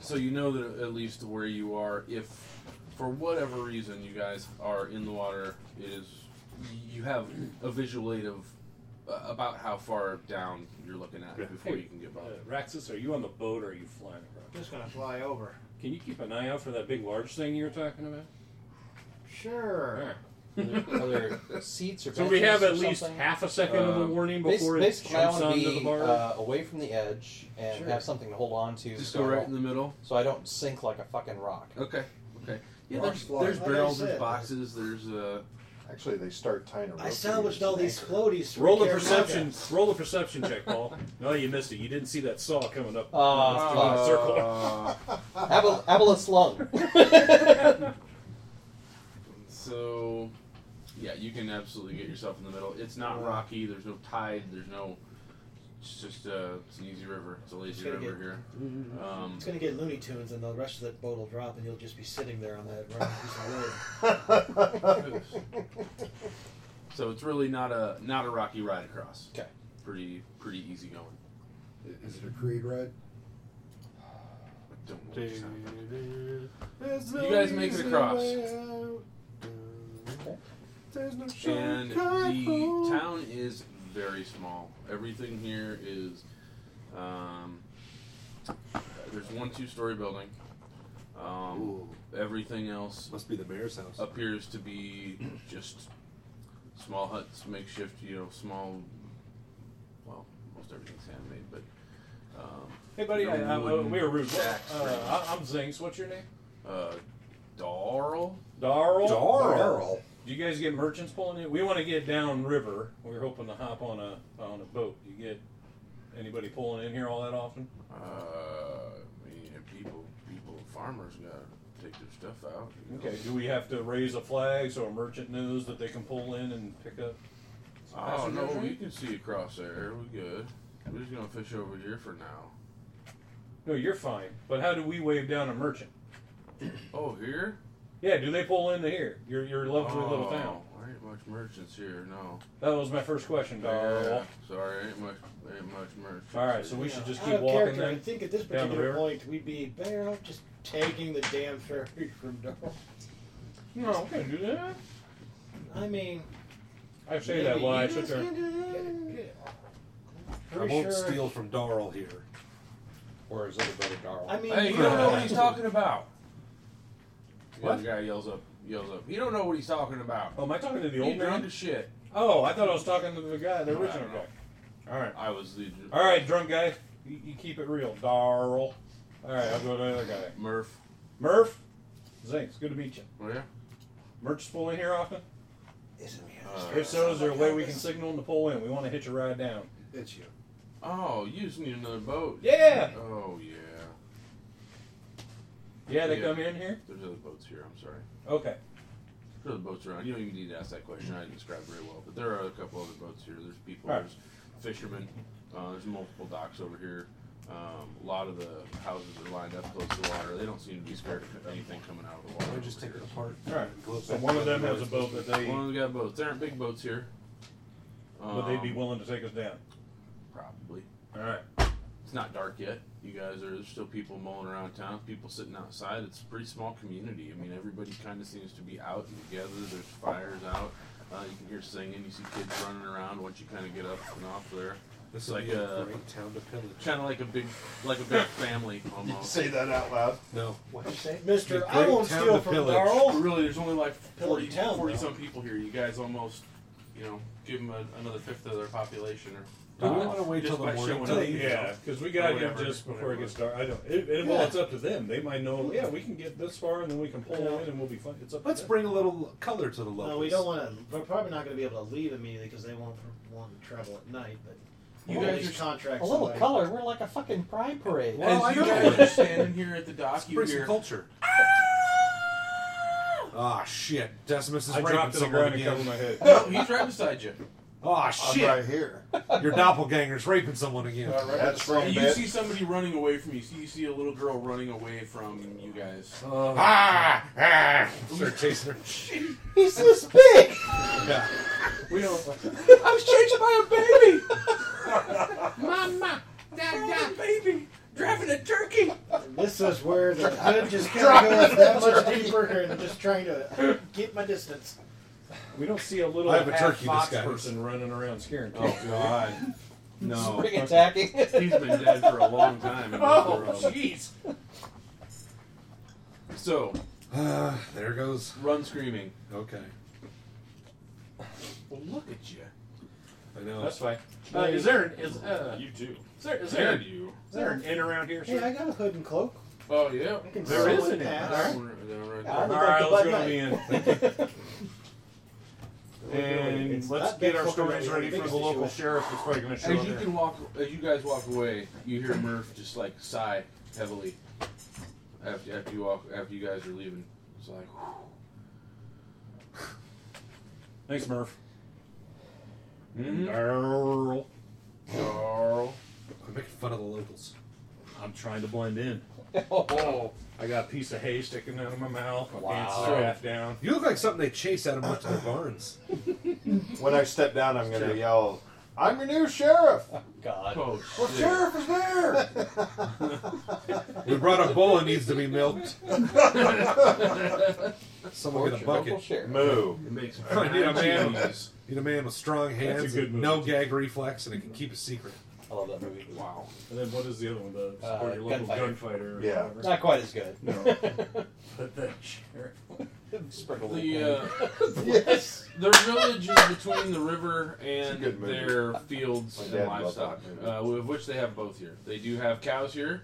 Speaker 9: So you know that at least where you are, if for whatever reason you guys are in the water, it is you have a visual aid of uh, about how far down you're looking at before you can get by.
Speaker 16: Uh, Raxus, are you on the boat or are you flying across?
Speaker 14: Just going to fly over.
Speaker 16: Can you keep an eye out for that big large thing you were talking about?
Speaker 14: Sure.
Speaker 16: All right.
Speaker 19: Are there seats or
Speaker 16: So we
Speaker 19: benches
Speaker 16: have
Speaker 19: or
Speaker 16: at least
Speaker 19: something?
Speaker 16: half a second of the
Speaker 19: Um,
Speaker 16: warning
Speaker 19: bas-
Speaker 16: before it
Speaker 19: basically, I
Speaker 16: jumps
Speaker 19: wanna
Speaker 16: onto
Speaker 19: be,
Speaker 16: the bar.
Speaker 19: Uh, away from the edge and
Speaker 9: Sure.
Speaker 19: have something to hold on to.
Speaker 9: Just
Speaker 19: so
Speaker 9: go
Speaker 19: I
Speaker 9: right
Speaker 19: don't-
Speaker 9: in the middle?
Speaker 19: So I don't sink like a fucking rock.
Speaker 9: Okay. Okay. Yeah,
Speaker 19: Rocks
Speaker 9: there's,
Speaker 19: fly.
Speaker 9: there's
Speaker 19: Like I
Speaker 9: barrels,
Speaker 19: said.
Speaker 9: there's boxes, there's uh.
Speaker 13: Actually, they start tying a rope.
Speaker 14: I salvaged all these floaties. from
Speaker 16: Roll a
Speaker 14: Kiermaga. <laughs>
Speaker 16: perception. Roll a perception check, Paul. <laughs> No, you missed it. You didn't see that saw coming up.
Speaker 19: Uh,
Speaker 16: doing a
Speaker 9: circle.
Speaker 19: Abel, Abel a slung.
Speaker 9: So, yeah, you can absolutely get yourself in the middle. It's not rocky. There's no tide. There's no. It's just uh, it's an easy river. It's a
Speaker 14: It's
Speaker 9: lazy
Speaker 14: gonna
Speaker 9: river
Speaker 14: get-
Speaker 9: here. Um,
Speaker 14: it's gonna get Looney Tunes, and the rest of that boat will drop, and you'll just be sitting there on that running piece <laughs> of wood.
Speaker 9: <laughs> so it's really not a not a rocky ride across.
Speaker 19: Okay.
Speaker 9: pretty pretty easy going.
Speaker 11: Is it a Creed ride?
Speaker 9: Don't worry. You guys make it across. And the town is very small. Everything here is. Um, there's one two story building. Um, everything else
Speaker 12: must be the mayor's house.
Speaker 9: Appears to be just small huts, makeshift, you know, small. Well, most everything's handmade, but. Um,
Speaker 16: Hey, buddy,
Speaker 9: your
Speaker 16: I, I,
Speaker 9: wooden
Speaker 16: we were rude.
Speaker 9: shacks,
Speaker 16: Uh, I, I'm Zinks. What's your name?
Speaker 9: uh, Darl.
Speaker 16: Darl.
Speaker 9: Darl.
Speaker 16: Do you guys get merchants pulling in? We want to get downriver. We were hoping to hop on a on a boat. Do you get anybody pulling in here all that often?
Speaker 9: Uh, I mean, if people, people, farmers gotta take their stuff out. you know.
Speaker 16: Okay. Do we have to raise a flag so a merchant knows that they can pull in and pick up?
Speaker 9: Oh
Speaker 16: passenger
Speaker 9: no,
Speaker 16: train?
Speaker 9: you can see across there. We good. We're just gonna fish over here for now.
Speaker 16: No, you're fine. But how do we wave down a merchant?
Speaker 9: Oh, here?
Speaker 16: Yeah. Do they pull into here? Your your lovely little
Speaker 9: Oh,
Speaker 16: town.
Speaker 9: There ain't much merchants here, no.
Speaker 16: That was my first question, Darl.
Speaker 9: Yeah, sorry, ain't much, ain't much merchants.
Speaker 16: All right, so we
Speaker 9: here.
Speaker 16: should just
Speaker 14: Out
Speaker 16: keep
Speaker 14: of
Speaker 16: walking
Speaker 14: character,
Speaker 16: then.
Speaker 14: I think at this
Speaker 16: down the
Speaker 14: particular
Speaker 16: river.
Speaker 14: point, we'd be better off just taking the damn ferry from Darwin.
Speaker 16: No, I'm gonna do that.
Speaker 14: I mean,
Speaker 16: I say that while I sit there.
Speaker 12: I
Speaker 14: Pretty
Speaker 12: won't
Speaker 14: sure-
Speaker 12: steal from Darl here. Or his other brother Darl.
Speaker 14: I mean,
Speaker 9: Hey, you don't know what he's talking about. The
Speaker 16: What?
Speaker 9: other guy yells up, yells up. You don't know what he's talking about.
Speaker 16: Oh, am I talking to the
Speaker 9: He
Speaker 16: old
Speaker 9: drunk
Speaker 16: man?
Speaker 9: as shit.
Speaker 16: Oh, I thought I was talking to the guy, the
Speaker 9: No, I
Speaker 16: original
Speaker 9: don't know.
Speaker 16: guy. All right,
Speaker 9: I was the
Speaker 16: all right, drunk guy. You, you keep it real, Darl. All right, I'll go to the other guy.
Speaker 9: Murph.
Speaker 16: Murph, Zinks, good to meet you.
Speaker 9: Oh yeah.
Speaker 16: Merchants pull in here often.
Speaker 9: Uh,
Speaker 16: if so, is there a way we can signal them to pull in? We want to hitch a ride down.
Speaker 11: It's you.
Speaker 9: Oh, you just need another boat.
Speaker 16: Yeah.
Speaker 9: Oh yeah.
Speaker 16: Yeah, they come in here.
Speaker 9: There's other boats here. I'm sorry.
Speaker 16: Okay.
Speaker 9: There's other boats around. You don't even need to ask that question. I described very well. But there are a couple other boats here. There's people.
Speaker 16: All right.
Speaker 9: There's fishermen. Uh, there's multiple docks over here. Um, a lot of the houses are lined up close to the water. They don't seem to be scared of anything coming out of the water.
Speaker 12: They just take it apart.
Speaker 16: All right. So one of them has a boat that they
Speaker 9: One of them got boats. There aren't big boats here.
Speaker 16: would they be
Speaker 9: Um,
Speaker 16: willing to take us down?
Speaker 9: Probably.
Speaker 16: All right.
Speaker 9: It's not dark yet. You guys are there's still people mulling around town, people sitting outside. It's a pretty small community. I mean, everybody kind of seems to be out and together. There's fires out. Uh, you can hear singing. You see kids running around once you kind of get up and off there.
Speaker 12: This uh,
Speaker 9: It's
Speaker 12: would
Speaker 9: like
Speaker 12: be a
Speaker 9: a
Speaker 12: great town to pillage.
Speaker 9: kind of like a big like a big <laughs> family
Speaker 7: You
Speaker 9: almost.
Speaker 7: say that out loud.
Speaker 12: No.
Speaker 14: What'd you say?
Speaker 12: Be
Speaker 14: Mister,
Speaker 12: a
Speaker 14: I
Speaker 12: great
Speaker 14: won't
Speaker 12: town
Speaker 14: steal
Speaker 12: to
Speaker 14: from
Speaker 12: pillage.
Speaker 14: Darl.
Speaker 9: Really, there's only like 40,
Speaker 14: Pillage town,
Speaker 9: 40
Speaker 14: though.
Speaker 9: some people here. You guys almost, you know, give them a, another fifth of their population or.
Speaker 12: Do we wanna wait
Speaker 9: just
Speaker 12: till the
Speaker 9: by
Speaker 12: morning
Speaker 9: showing
Speaker 12: till
Speaker 9: up,
Speaker 12: they-
Speaker 9: you know,
Speaker 16: Yeah, because we
Speaker 9: or
Speaker 16: gotta get
Speaker 9: whatever,
Speaker 16: just before it
Speaker 9: whatever.
Speaker 16: gets dark. I don't. It, it, Well,
Speaker 12: Yeah.
Speaker 16: it's up to them. They might know. Yeah, we can get this far, and then we can pull in, and we'll be fine. It's up.
Speaker 12: Let's
Speaker 16: to them.
Speaker 12: bring a little color to the locals.
Speaker 14: No, we don't want to. We're probably not going to be able to leave immediately because they won't want to travel at night. But
Speaker 9: You
Speaker 14: we'll
Speaker 9: guys
Speaker 14: at least contract
Speaker 19: A little
Speaker 14: somebody.
Speaker 19: color. We're like a fucking pride parade.
Speaker 12: Well, I
Speaker 9: As you
Speaker 12: know.
Speaker 9: guys are standing here at the dock, you
Speaker 12: Bring some
Speaker 9: hear
Speaker 12: culture. Ah, shit. Decimus is
Speaker 16: I
Speaker 12: raping
Speaker 16: dropped to the
Speaker 12: someone
Speaker 16: ground and
Speaker 12: again.
Speaker 16: covered my head. <laughs>
Speaker 9: No, he's right beside you.
Speaker 12: Ah, shit.
Speaker 13: right here.
Speaker 12: Your doppelganger's raping someone again.
Speaker 13: That's from
Speaker 9: And you
Speaker 13: bed.
Speaker 9: see somebody running away from you. So you see a little girl running away from you guys.
Speaker 16: Uh,
Speaker 12: Ah! Ah! Start chasing her.
Speaker 19: He's this big.
Speaker 12: Yeah.
Speaker 16: We don't.
Speaker 9: I was chased by a baby.
Speaker 25: Mama, dad, dad.
Speaker 9: baby driving a turkey.
Speaker 14: This is where the hood just kind of goes that much deeper and just trying to get my distance.
Speaker 16: We don't see a little
Speaker 12: I have a
Speaker 16: half
Speaker 12: turkey
Speaker 16: fox
Speaker 12: disguise.
Speaker 16: person running around scaring kids.
Speaker 9: Oh
Speaker 16: <laughs>
Speaker 9: God, no.
Speaker 19: Spring attacking.
Speaker 9: He's been dead for a long time. in
Speaker 19: Oh,
Speaker 9: this world.
Speaker 12: Jeez.
Speaker 9: So
Speaker 12: Ah, there goes.
Speaker 9: run screaming.
Speaker 12: Okay.
Speaker 9: Well, look at you.
Speaker 12: I know.
Speaker 16: That's fine. Uh, is there an is, uh,
Speaker 9: You too.
Speaker 16: is there is there,
Speaker 9: And
Speaker 16: is
Speaker 9: you.
Speaker 16: there an inn around here?
Speaker 14: Hey,
Speaker 16: Sir?
Speaker 14: I got a hood and cloak.
Speaker 9: Oh yeah.
Speaker 14: I can
Speaker 16: There is
Speaker 14: sell
Speaker 16: an
Speaker 14: it
Speaker 16: inn.
Speaker 14: past.
Speaker 9: Right there, right
Speaker 14: Yeah, I
Speaker 9: there.
Speaker 14: look
Speaker 16: All
Speaker 14: like
Speaker 16: right,
Speaker 14: the
Speaker 16: let's
Speaker 14: Bud
Speaker 16: go to
Speaker 14: Light.
Speaker 16: the inn. And
Speaker 14: It's
Speaker 16: let's
Speaker 14: not
Speaker 16: get
Speaker 14: that
Speaker 16: our
Speaker 14: fucking
Speaker 16: stories ready for
Speaker 14: biggest
Speaker 16: the local
Speaker 14: issue.
Speaker 16: sheriff that's probably going to show
Speaker 9: As
Speaker 16: up
Speaker 9: you
Speaker 16: here.
Speaker 9: can walk, as you guys walk away, you hear Murph just like sigh heavily after after you walk after you guys are leaving. It's like,
Speaker 16: Thanks, Murph.
Speaker 9: Mhm.
Speaker 16: Darl.
Speaker 9: Darl.
Speaker 12: I'm making fun of the locals.
Speaker 16: I'm trying to blend in.
Speaker 19: Oh,
Speaker 16: I got a piece of hay sticking out of my mouth. My pants
Speaker 19: Wow.
Speaker 16: are half down.
Speaker 12: You look like something they chase out of most of their barns.
Speaker 13: When I step down, I'm going to yell, I'm your new
Speaker 19: <laughs>
Speaker 13: sheriff.
Speaker 19: God.
Speaker 9: Oh,
Speaker 13: Well,
Speaker 9: shit.
Speaker 13: sheriff is there.
Speaker 12: We brought a bowl that needs to be milked. Someone get a bucket.
Speaker 13: Moo.
Speaker 9: It
Speaker 16: <laughs>
Speaker 9: makes
Speaker 12: I need a man.
Speaker 9: Jeez.
Speaker 12: Need a man with strong hands,
Speaker 9: That's a good
Speaker 12: and
Speaker 9: move.
Speaker 12: no gag reflex, and it can keep a secret.
Speaker 19: I love that movie.
Speaker 9: Wow.
Speaker 24: And then what is the other one? The
Speaker 19: Uh,
Speaker 24: support your local
Speaker 19: gunfighter.
Speaker 24: gunfighter. or
Speaker 19: Yeah.
Speaker 24: whatever?
Speaker 19: Not quite as good.
Speaker 24: No. but the sheriff.
Speaker 19: Sprinkle
Speaker 9: The uh,
Speaker 24: Yes.
Speaker 9: their village is between the river and
Speaker 13: good movie.
Speaker 9: their fields
Speaker 13: My
Speaker 9: and
Speaker 13: dad loved
Speaker 9: livestock,
Speaker 13: that movie.
Speaker 9: uh, of which they have both here. They do have cows here.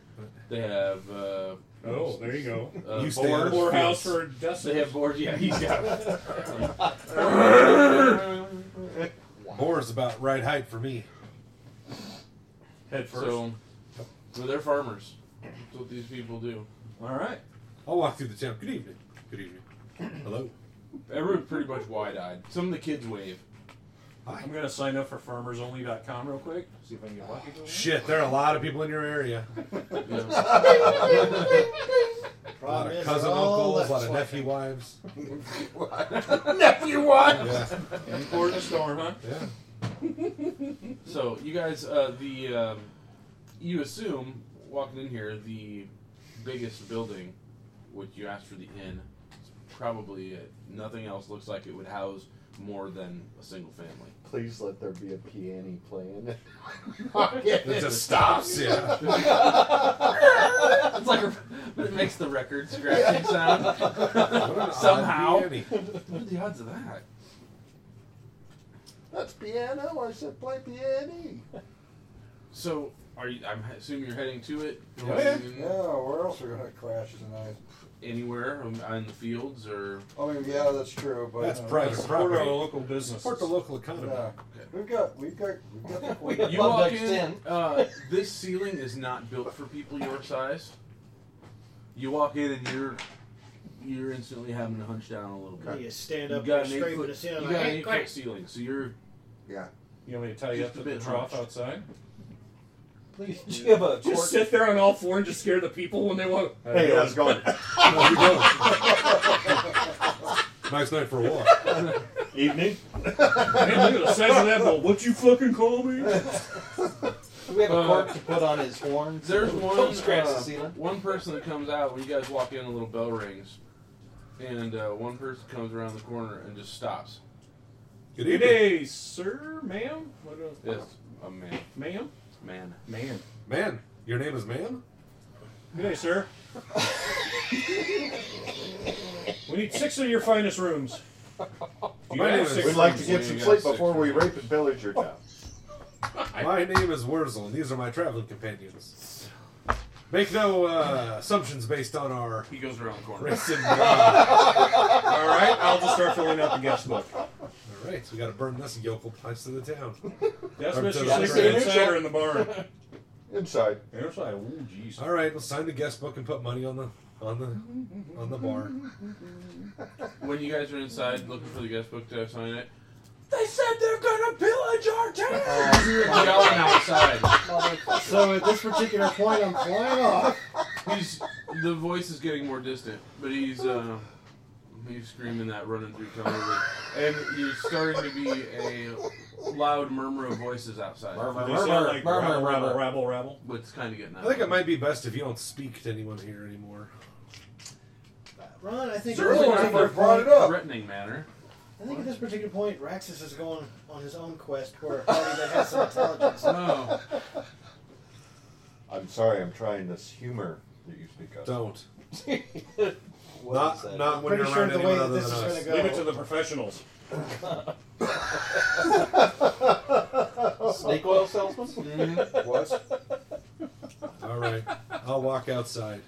Speaker 9: They have. Uh,
Speaker 15: Oh, there you
Speaker 24: <laughs>
Speaker 15: go.
Speaker 9: Uh,
Speaker 12: You stay out
Speaker 9: boars.
Speaker 12: of Boar house
Speaker 15: fields. for
Speaker 9: They have boars. Yeah, he's got.
Speaker 24: <laughs>
Speaker 12: Boar's about right height for me.
Speaker 24: Head first.
Speaker 9: <laughs> So, well, they're farmers. That's what these people do.
Speaker 24: All right.
Speaker 12: I'll walk through the town. Good evening. Good evening. Hello.
Speaker 9: Everyone's pretty much wide-eyed. Some of the
Speaker 13: <laughs>
Speaker 9: kids wave.
Speaker 24: I'm going to sign up for farmersonly.com real quick. See if I can get lucky.
Speaker 12: Shit, there are a lot of people in your area. a lot
Speaker 14: Problem
Speaker 12: of
Speaker 14: is,
Speaker 12: cousin
Speaker 14: they're all
Speaker 12: uncles, a lot of
Speaker 14: left-sided.
Speaker 12: nephew
Speaker 14: <laughs>
Speaker 12: wives.
Speaker 24: Nephew wives.
Speaker 12: Yeah.
Speaker 24: Import a storm, huh?
Speaker 12: Yeah.
Speaker 9: So you guys, uh, the um, you assume walking in here, the biggest building, which you asked for the inn, is probably it. Nothing else looks like it would house more than a single family. <laughs>
Speaker 13: Please let there be a piano playing.
Speaker 12: It just stops, yeah.
Speaker 9: it's like a, it makes the record scratching <laughs> sound
Speaker 12: odd
Speaker 9: somehow.
Speaker 12: piano.
Speaker 9: What are the odds of that?
Speaker 13: That's piano. I said play piano.
Speaker 9: So are you? I'm assuming you're heading to it.
Speaker 11: Yeah, where else are we gonna crash tonight?
Speaker 9: Anywhere on- on the fields or
Speaker 11: I mean, yeah, that's true, but
Speaker 12: That's
Speaker 11: uh,
Speaker 12: private
Speaker 24: Support our
Speaker 12: property.
Speaker 24: local business.
Speaker 12: Support the local economy.
Speaker 11: Yeah. We've got, we've got, we've
Speaker 19: <laughs>
Speaker 11: got. the
Speaker 19: We got
Speaker 9: You
Speaker 19: Well,
Speaker 9: walk
Speaker 19: next
Speaker 9: in.
Speaker 19: in.
Speaker 9: Uh, this ceiling is not built for people your size. You walk in and you're you're instantly having to hunch down a little bit.
Speaker 14: You stand
Speaker 9: You
Speaker 14: up,
Speaker 9: got
Speaker 14: and
Speaker 9: an
Speaker 14: straight
Speaker 9: eight
Speaker 14: with
Speaker 9: foot-
Speaker 14: the ceiling.
Speaker 9: you
Speaker 14: like,
Speaker 9: got an
Speaker 14: "Hey,
Speaker 9: eight
Speaker 14: quick."
Speaker 9: foot ceiling, so you're
Speaker 13: Yeah.
Speaker 24: You want me to tie you
Speaker 9: Just
Speaker 24: up
Speaker 9: a
Speaker 24: to
Speaker 9: bit
Speaker 24: the trough
Speaker 9: hunched.
Speaker 24: outside?
Speaker 19: Please, do you have a
Speaker 24: Just
Speaker 19: court-
Speaker 24: sit there on all four and just scare the people when they want. <laughs>
Speaker 13: Hey, how's it going?
Speaker 12: <laughs> No, you don't. nice night for a walk.
Speaker 13: Evening.
Speaker 24: Man, look at the size of that bull. What you fucking call me? <laughs>
Speaker 19: Do we have a
Speaker 9: Uh,
Speaker 19: cork to put on his horn?
Speaker 9: There's
Speaker 19: Don't
Speaker 9: one
Speaker 19: scratch
Speaker 9: uh,
Speaker 19: the ceiling.
Speaker 9: one person that comes out when you guys walk in. A little bell rings, and uh, one person comes around the corner and just stops.
Speaker 12: Good
Speaker 24: Good
Speaker 12: evening.
Speaker 24: day, sir, ma'am. What else?
Speaker 9: It's a man,
Speaker 24: Ma'am?
Speaker 9: man.
Speaker 24: Ma'am.
Speaker 12: Man, your name is ma'am?
Speaker 24: Good day, sir. we need six of your finest rooms. Do you
Speaker 12: My name
Speaker 24: have
Speaker 12: is-
Speaker 24: six
Speaker 13: We'd like to
Speaker 24: rooms?
Speaker 13: get
Speaker 9: Yeah,
Speaker 13: some
Speaker 9: you
Speaker 13: sleep
Speaker 9: got
Speaker 13: before
Speaker 9: six
Speaker 13: we
Speaker 9: minutes.
Speaker 13: rape and pillage your town.
Speaker 12: My name is Wurzel, and these are my traveling companions. Make no uh, assumptions based on our
Speaker 9: He goes around the corner.
Speaker 12: race and uh,
Speaker 24: All right, I'll just start filling out the guest book.
Speaker 12: All right, so we got to burn this yokel place to the town.
Speaker 24: That's
Speaker 12: Up to
Speaker 24: Mr.
Speaker 12: the
Speaker 24: Six
Speaker 12: grand.
Speaker 24: Insider in the
Speaker 9: <laughs>
Speaker 24: barn.
Speaker 13: Inside.
Speaker 24: Insider, ooh, jeez.
Speaker 12: All right, let's sign the guest book and put money on the on the on the bar.
Speaker 9: When you guys are inside looking for the guest book to sign it, they said they're gonna pillage our town. You're yelling outside.
Speaker 11: So at this particular point, I'm flying off.
Speaker 9: He's the voice is getting more distant, but he's uh, he's screaming that running through Cumberland, and you're starting to be a loud murmur of voices outside.
Speaker 24: They sound like rabble, rabble, rabble, rabble.
Speaker 9: But it's kind of getting. Out.
Speaker 12: I think it might be best if you don't speak to anyone here anymore.
Speaker 14: Ron, I think, at
Speaker 11: Sure,
Speaker 14: this
Speaker 11: why
Speaker 14: particular
Speaker 11: not? Brought
Speaker 14: point,
Speaker 11: it up.
Speaker 9: Threatening manner.
Speaker 14: I think at this particular point, Raxus is going on his own quest for <laughs> a party that has some intelligence.
Speaker 9: No.
Speaker 13: I'm sorry, I'm trying this humor that you speak of.
Speaker 12: Don't.
Speaker 14: <laughs>
Speaker 19: What
Speaker 12: Not
Speaker 19: is that?
Speaker 12: not when
Speaker 14: Pretty
Speaker 12: you're
Speaker 14: sure
Speaker 12: around
Speaker 14: the
Speaker 12: anyone
Speaker 14: way that
Speaker 12: other
Speaker 14: this
Speaker 12: than
Speaker 14: is
Speaker 12: us.
Speaker 14: gonna go-
Speaker 24: Leave it to the professionals.
Speaker 19: snake oil salesman.
Speaker 11: What?
Speaker 12: All right, I'll walk outside.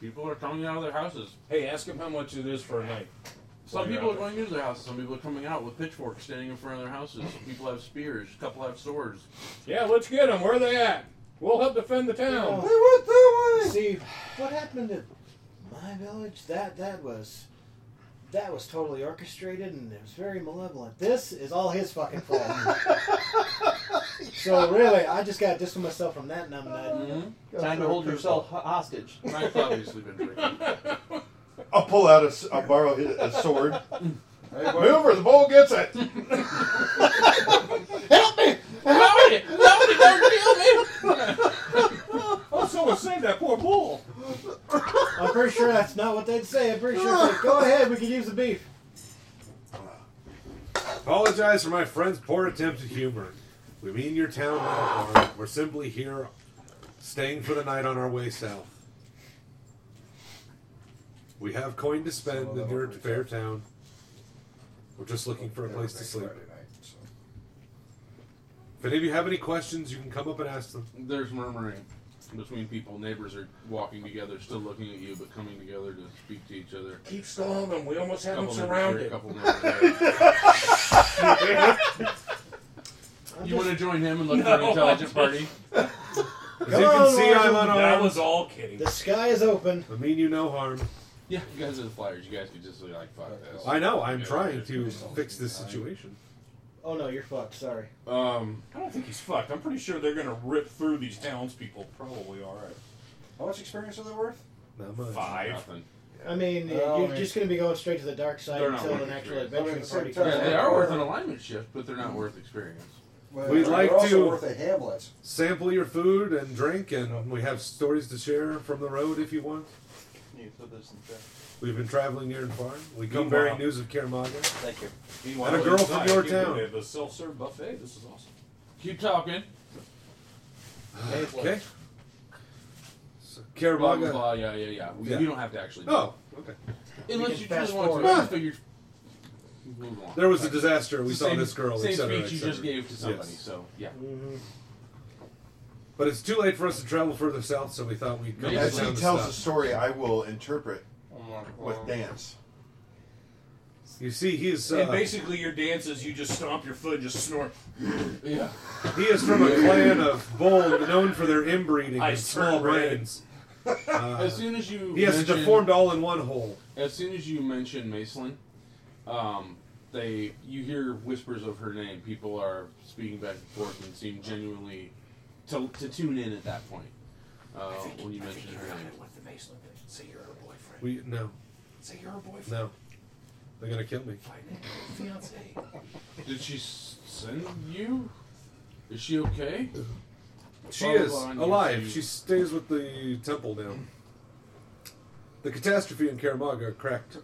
Speaker 9: People are coming out of their houses.
Speaker 24: Hey, ask him how much it is for a night.
Speaker 9: Some
Speaker 24: While you're
Speaker 9: people
Speaker 24: out
Speaker 9: are going into their houses. Some people are coming out with pitchforks, standing in front of their houses. People have spears. A couple have swords.
Speaker 24: there. Yeah, let's get them. Where are they at? We'll help defend the town.
Speaker 14: Oh.
Speaker 11: went that
Speaker 14: See, what happened to my village? That that was that was totally orchestrated and it was very malevolent. This is all his fucking fault. so really, I just gotta distance myself from that numbnut.
Speaker 19: Time to hold yourself ho- hostage.
Speaker 9: Mike's obviously been drinking.
Speaker 13: I'll pull out a, s- I'll borrow his, a <laughs> sword.
Speaker 11: Hey, buddy.
Speaker 13: Move or the bull gets it.
Speaker 12: Apologize for my friend's poor attempt at humor. We mean your town not harm. We're simply here, staying for the night on our way south. We have coin to spend in your fair town. We're just looking for a place to sleep. If any of you have any questions, you can come up and ask them.
Speaker 9: There's murmuring between people. Neighbors are walking together, still looking at you, but coming together to speak to each other.
Speaker 2: Keep stalling them. We almost have them
Speaker 9: Couple neighbors here,
Speaker 2: surrounded.
Speaker 9: couple neighbors there. you want to join him and look for an
Speaker 2: No.
Speaker 9: intelligent party?
Speaker 12: As you can see, I'm
Speaker 9: That
Speaker 12: unarmed.
Speaker 9: was all kidding.
Speaker 14: The sky is open.
Speaker 12: I mean you no harm.
Speaker 9: Yeah, you guys are the flyers. You guys could just be like, fuck this.
Speaker 12: I know. I'm
Speaker 9: Yeah.
Speaker 12: trying to fix this situation.
Speaker 14: Oh no, you're fucked. Sorry.
Speaker 9: Um,
Speaker 15: I don't think he's fucked. I'm pretty sure they're going to rip through these townspeople. Probably all right.
Speaker 11: How much experience are they worth?
Speaker 15: Five.
Speaker 9: Nothing.
Speaker 14: I mean,
Speaker 11: Oh,
Speaker 14: you're
Speaker 11: man.
Speaker 14: just going to be going straight to the dark side
Speaker 9: They're not
Speaker 14: until an
Speaker 9: working
Speaker 14: actual
Speaker 9: straight.
Speaker 14: adventure
Speaker 11: I mean,
Speaker 14: party.
Speaker 11: sometimes-
Speaker 14: comes
Speaker 9: Yeah,
Speaker 14: along.
Speaker 9: they are worth an alignment shift, but they're not worth experience.
Speaker 11: Well,
Speaker 12: We'd
Speaker 11: they're
Speaker 12: like
Speaker 11: also
Speaker 12: to-
Speaker 11: worth a Hamlet.
Speaker 12: Sample your food and drink, and we have stories to share from the road if you want.
Speaker 19: You put this in there.
Speaker 12: We've been traveling near and far. We come
Speaker 15: Meanwhile-
Speaker 12: bearing news of Caramaga.
Speaker 19: Thank you.
Speaker 12: And a girl from
Speaker 15: inside,
Speaker 12: your
Speaker 15: you
Speaker 12: town.
Speaker 15: have a self-serve buffet. This is awesome.
Speaker 9: Keep talking.
Speaker 12: Okay. So
Speaker 9: Blah, blah,
Speaker 12: Caramaga.
Speaker 9: blah, yeah, yeah, yeah. We,
Speaker 12: Yeah.
Speaker 9: we don't have to actually. do
Speaker 12: Oh,
Speaker 9: it.
Speaker 12: okay.
Speaker 14: We
Speaker 9: Unless
Speaker 14: can
Speaker 9: you
Speaker 14: fast
Speaker 9: just want
Speaker 14: forward.
Speaker 9: to. I just figured. Move on.
Speaker 12: There was a disaster. We
Speaker 9: It's
Speaker 12: saw
Speaker 9: the same-
Speaker 12: this girl,
Speaker 9: Same
Speaker 12: etc.,
Speaker 9: speech you
Speaker 12: etc.
Speaker 9: just gave to somebody.
Speaker 12: Yes.
Speaker 9: So yeah.
Speaker 12: But it's too late for us to travel further south, so we thought we'd come
Speaker 13: As
Speaker 12: down
Speaker 13: he
Speaker 12: to
Speaker 13: tells
Speaker 12: stop.
Speaker 13: the story, I will interpret with dance.
Speaker 12: You see, he is.
Speaker 15: and
Speaker 12: Uh,
Speaker 15: basically, your dance is you just stomp your foot, and just snort.
Speaker 9: Yeah.
Speaker 12: he is from a clan of bull known for their inbreeding
Speaker 15: I
Speaker 12: and small
Speaker 15: turned red.
Speaker 12: brains. Uh,
Speaker 9: as soon as you
Speaker 12: he has a
Speaker 9: mention-
Speaker 12: deformed all-in-one hole.
Speaker 9: As soon as you mention Maeslin, um, they you hear whispers of her name. People are speaking back and forth and seem genuinely to, to tune in at that point uh, when you mention her name.
Speaker 10: Say you're her boyfriend.
Speaker 12: We no,
Speaker 10: Say you're her boyfriend.
Speaker 12: no. They're gonna kill me.
Speaker 10: Fiance.
Speaker 9: Did she s- send you? Is she okay?
Speaker 12: She
Speaker 9: Blah, blah,
Speaker 12: is
Speaker 9: blah, and you
Speaker 12: alive.
Speaker 9: see-
Speaker 12: She stays with the temple now. The catastrophe in Karamaga cracked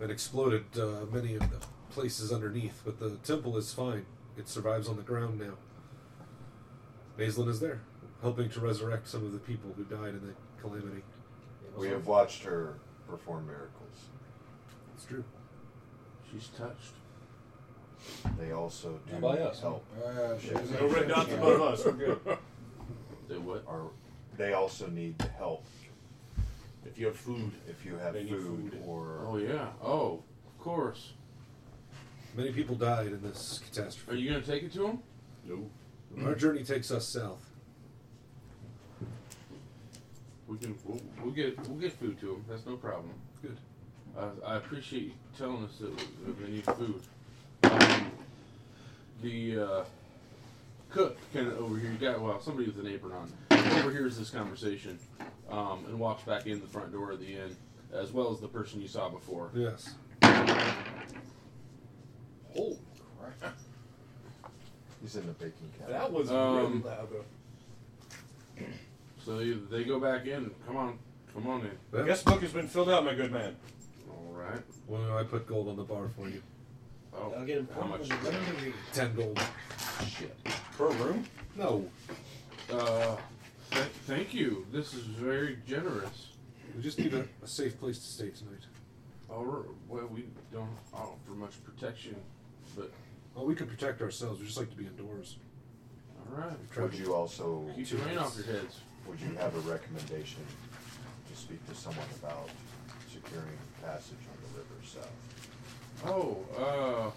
Speaker 12: and exploded uh, many of the places underneath, but the temple is fine. It survives on the ground now. Maeslin is there, helping to resurrect some of the people who died in that calamity.
Speaker 13: We have watched her perform miracles.
Speaker 12: It's true.
Speaker 9: She's touched.
Speaker 13: They also do
Speaker 24: Not by us.
Speaker 13: help.
Speaker 11: Uh, she was
Speaker 15: No red dots above us. We're good.
Speaker 9: They what?
Speaker 13: Are, they also need the help
Speaker 15: If you have food,
Speaker 13: if you have
Speaker 15: They need
Speaker 13: food,
Speaker 15: food.
Speaker 13: or
Speaker 9: Oh yeah. Oh, of course.
Speaker 12: Many people died in this catastrophe.
Speaker 9: Are you gonna take it to him?
Speaker 15: no.
Speaker 12: Our journey takes us south.
Speaker 9: We can. We'll, we'll get. We'll get food to him. That's no problem.
Speaker 12: Good.
Speaker 9: I, I appreciate you telling us that we, that we need food. Um, the uh, cook kind of overhears. Guy, well, somebody with an apron on overhears this conversation um, and walks back in the front door of the inn, as well as the person you saw before.
Speaker 12: Yes.
Speaker 15: Holy crap!
Speaker 13: he's in the baking cabinet.
Speaker 15: That was really
Speaker 9: Um,
Speaker 15: loud.
Speaker 9: So you, they go back in. Come on, come on in.
Speaker 12: Well,
Speaker 15: Guest book has been filled out, my good man.
Speaker 9: All right.
Speaker 12: well, I put gold on the bar for you.
Speaker 9: Oh,
Speaker 14: I'll get him.
Speaker 9: how much?
Speaker 12: Ten gold.
Speaker 9: Shit.
Speaker 15: Per room.
Speaker 12: No,
Speaker 9: Uh, th- thank you. This is very generous.
Speaker 12: we just need a, a safe place to stay tonight.
Speaker 9: Oh, r- well, we don't offer much protection, but
Speaker 12: Well, we can protect ourselves. We just like to be indoors.
Speaker 9: all right.
Speaker 13: Would you also
Speaker 9: Keep the rain off your heads.
Speaker 13: would you have a recommendation to speak to someone about securing passage on the river south?
Speaker 9: Oh, uh.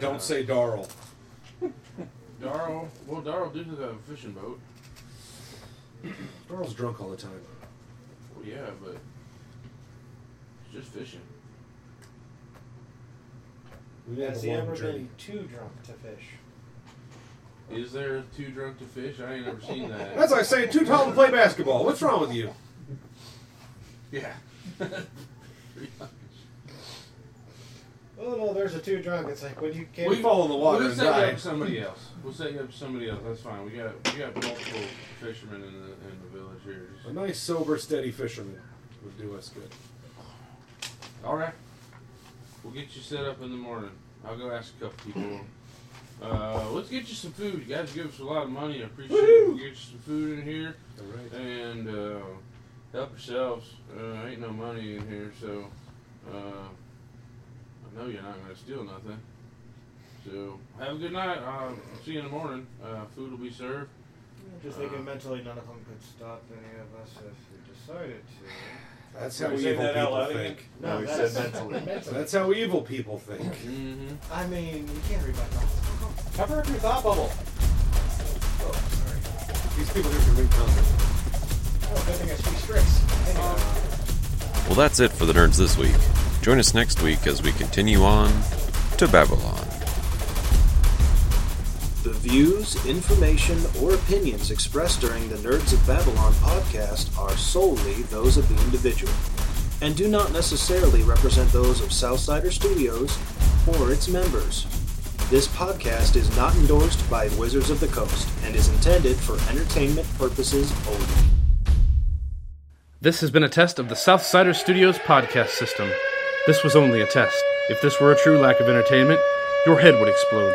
Speaker 12: Don't say Darl.
Speaker 9: Darl. Well, Darl did have a fishing boat.
Speaker 12: Darl's drunk all the time.
Speaker 9: Well, yeah, but. Just fishing.
Speaker 12: We had
Speaker 14: Has
Speaker 12: a
Speaker 14: he
Speaker 12: long
Speaker 14: ever
Speaker 12: journey.
Speaker 14: been too drunk to fish?
Speaker 9: Is there too drunk to fish? I ain't never seen that.
Speaker 12: <laughs> That's like saying too tall to play basketball. What's wrong with you?
Speaker 9: Yeah. <laughs>
Speaker 14: Oh no, there's a too drunk. It's like when you can't.
Speaker 12: We fall in the water
Speaker 9: We'll
Speaker 12: and
Speaker 9: set you up
Speaker 12: die.
Speaker 9: with somebody else. We'll set you up with somebody else. That's fine. We got we got multiple fishermen in the in the village here.
Speaker 12: A nice, sober, steady fisherman would do us good.
Speaker 9: All right. We'll get you set up in the morning. I'll go ask a couple people. Uh, let's get you some food. You guys give us a lot of money. I appreciate it. We'll get you some food in here. And uh, help yourselves. Uh, ain't no money in here, so uh, I know you're not going to steal nothing. So have a good night. Uh, see you in the morning. Uh, food will be served.
Speaker 29: Just
Speaker 9: Uh,
Speaker 29: thinking mentally, none of them could stop any of us if we decided to.
Speaker 30: That's how evil people think.
Speaker 29: No, that's <laughs>
Speaker 12: <laughs>
Speaker 29: mentally.
Speaker 30: That's how evil people think.
Speaker 29: I mean, you can't read my thoughts.
Speaker 31: Cover up your thought bubble.
Speaker 30: These people here can read comments.
Speaker 29: Oh, good thing I speak Strix.
Speaker 12: Well, that's it for the nerds this week. Join us next week as we continue on to Babylon.
Speaker 14: The views, information, or opinions expressed during the Nerds of Babylon podcast are solely those of the individual and do not necessarily represent those of Southsider Studios or its members. This podcast is not endorsed by Wizards of the Coast and is intended for entertainment purposes only.
Speaker 32: This has been a test of the Southsider Studios podcast system. This was only a test. If this were a true lack of entertainment, your head would explode.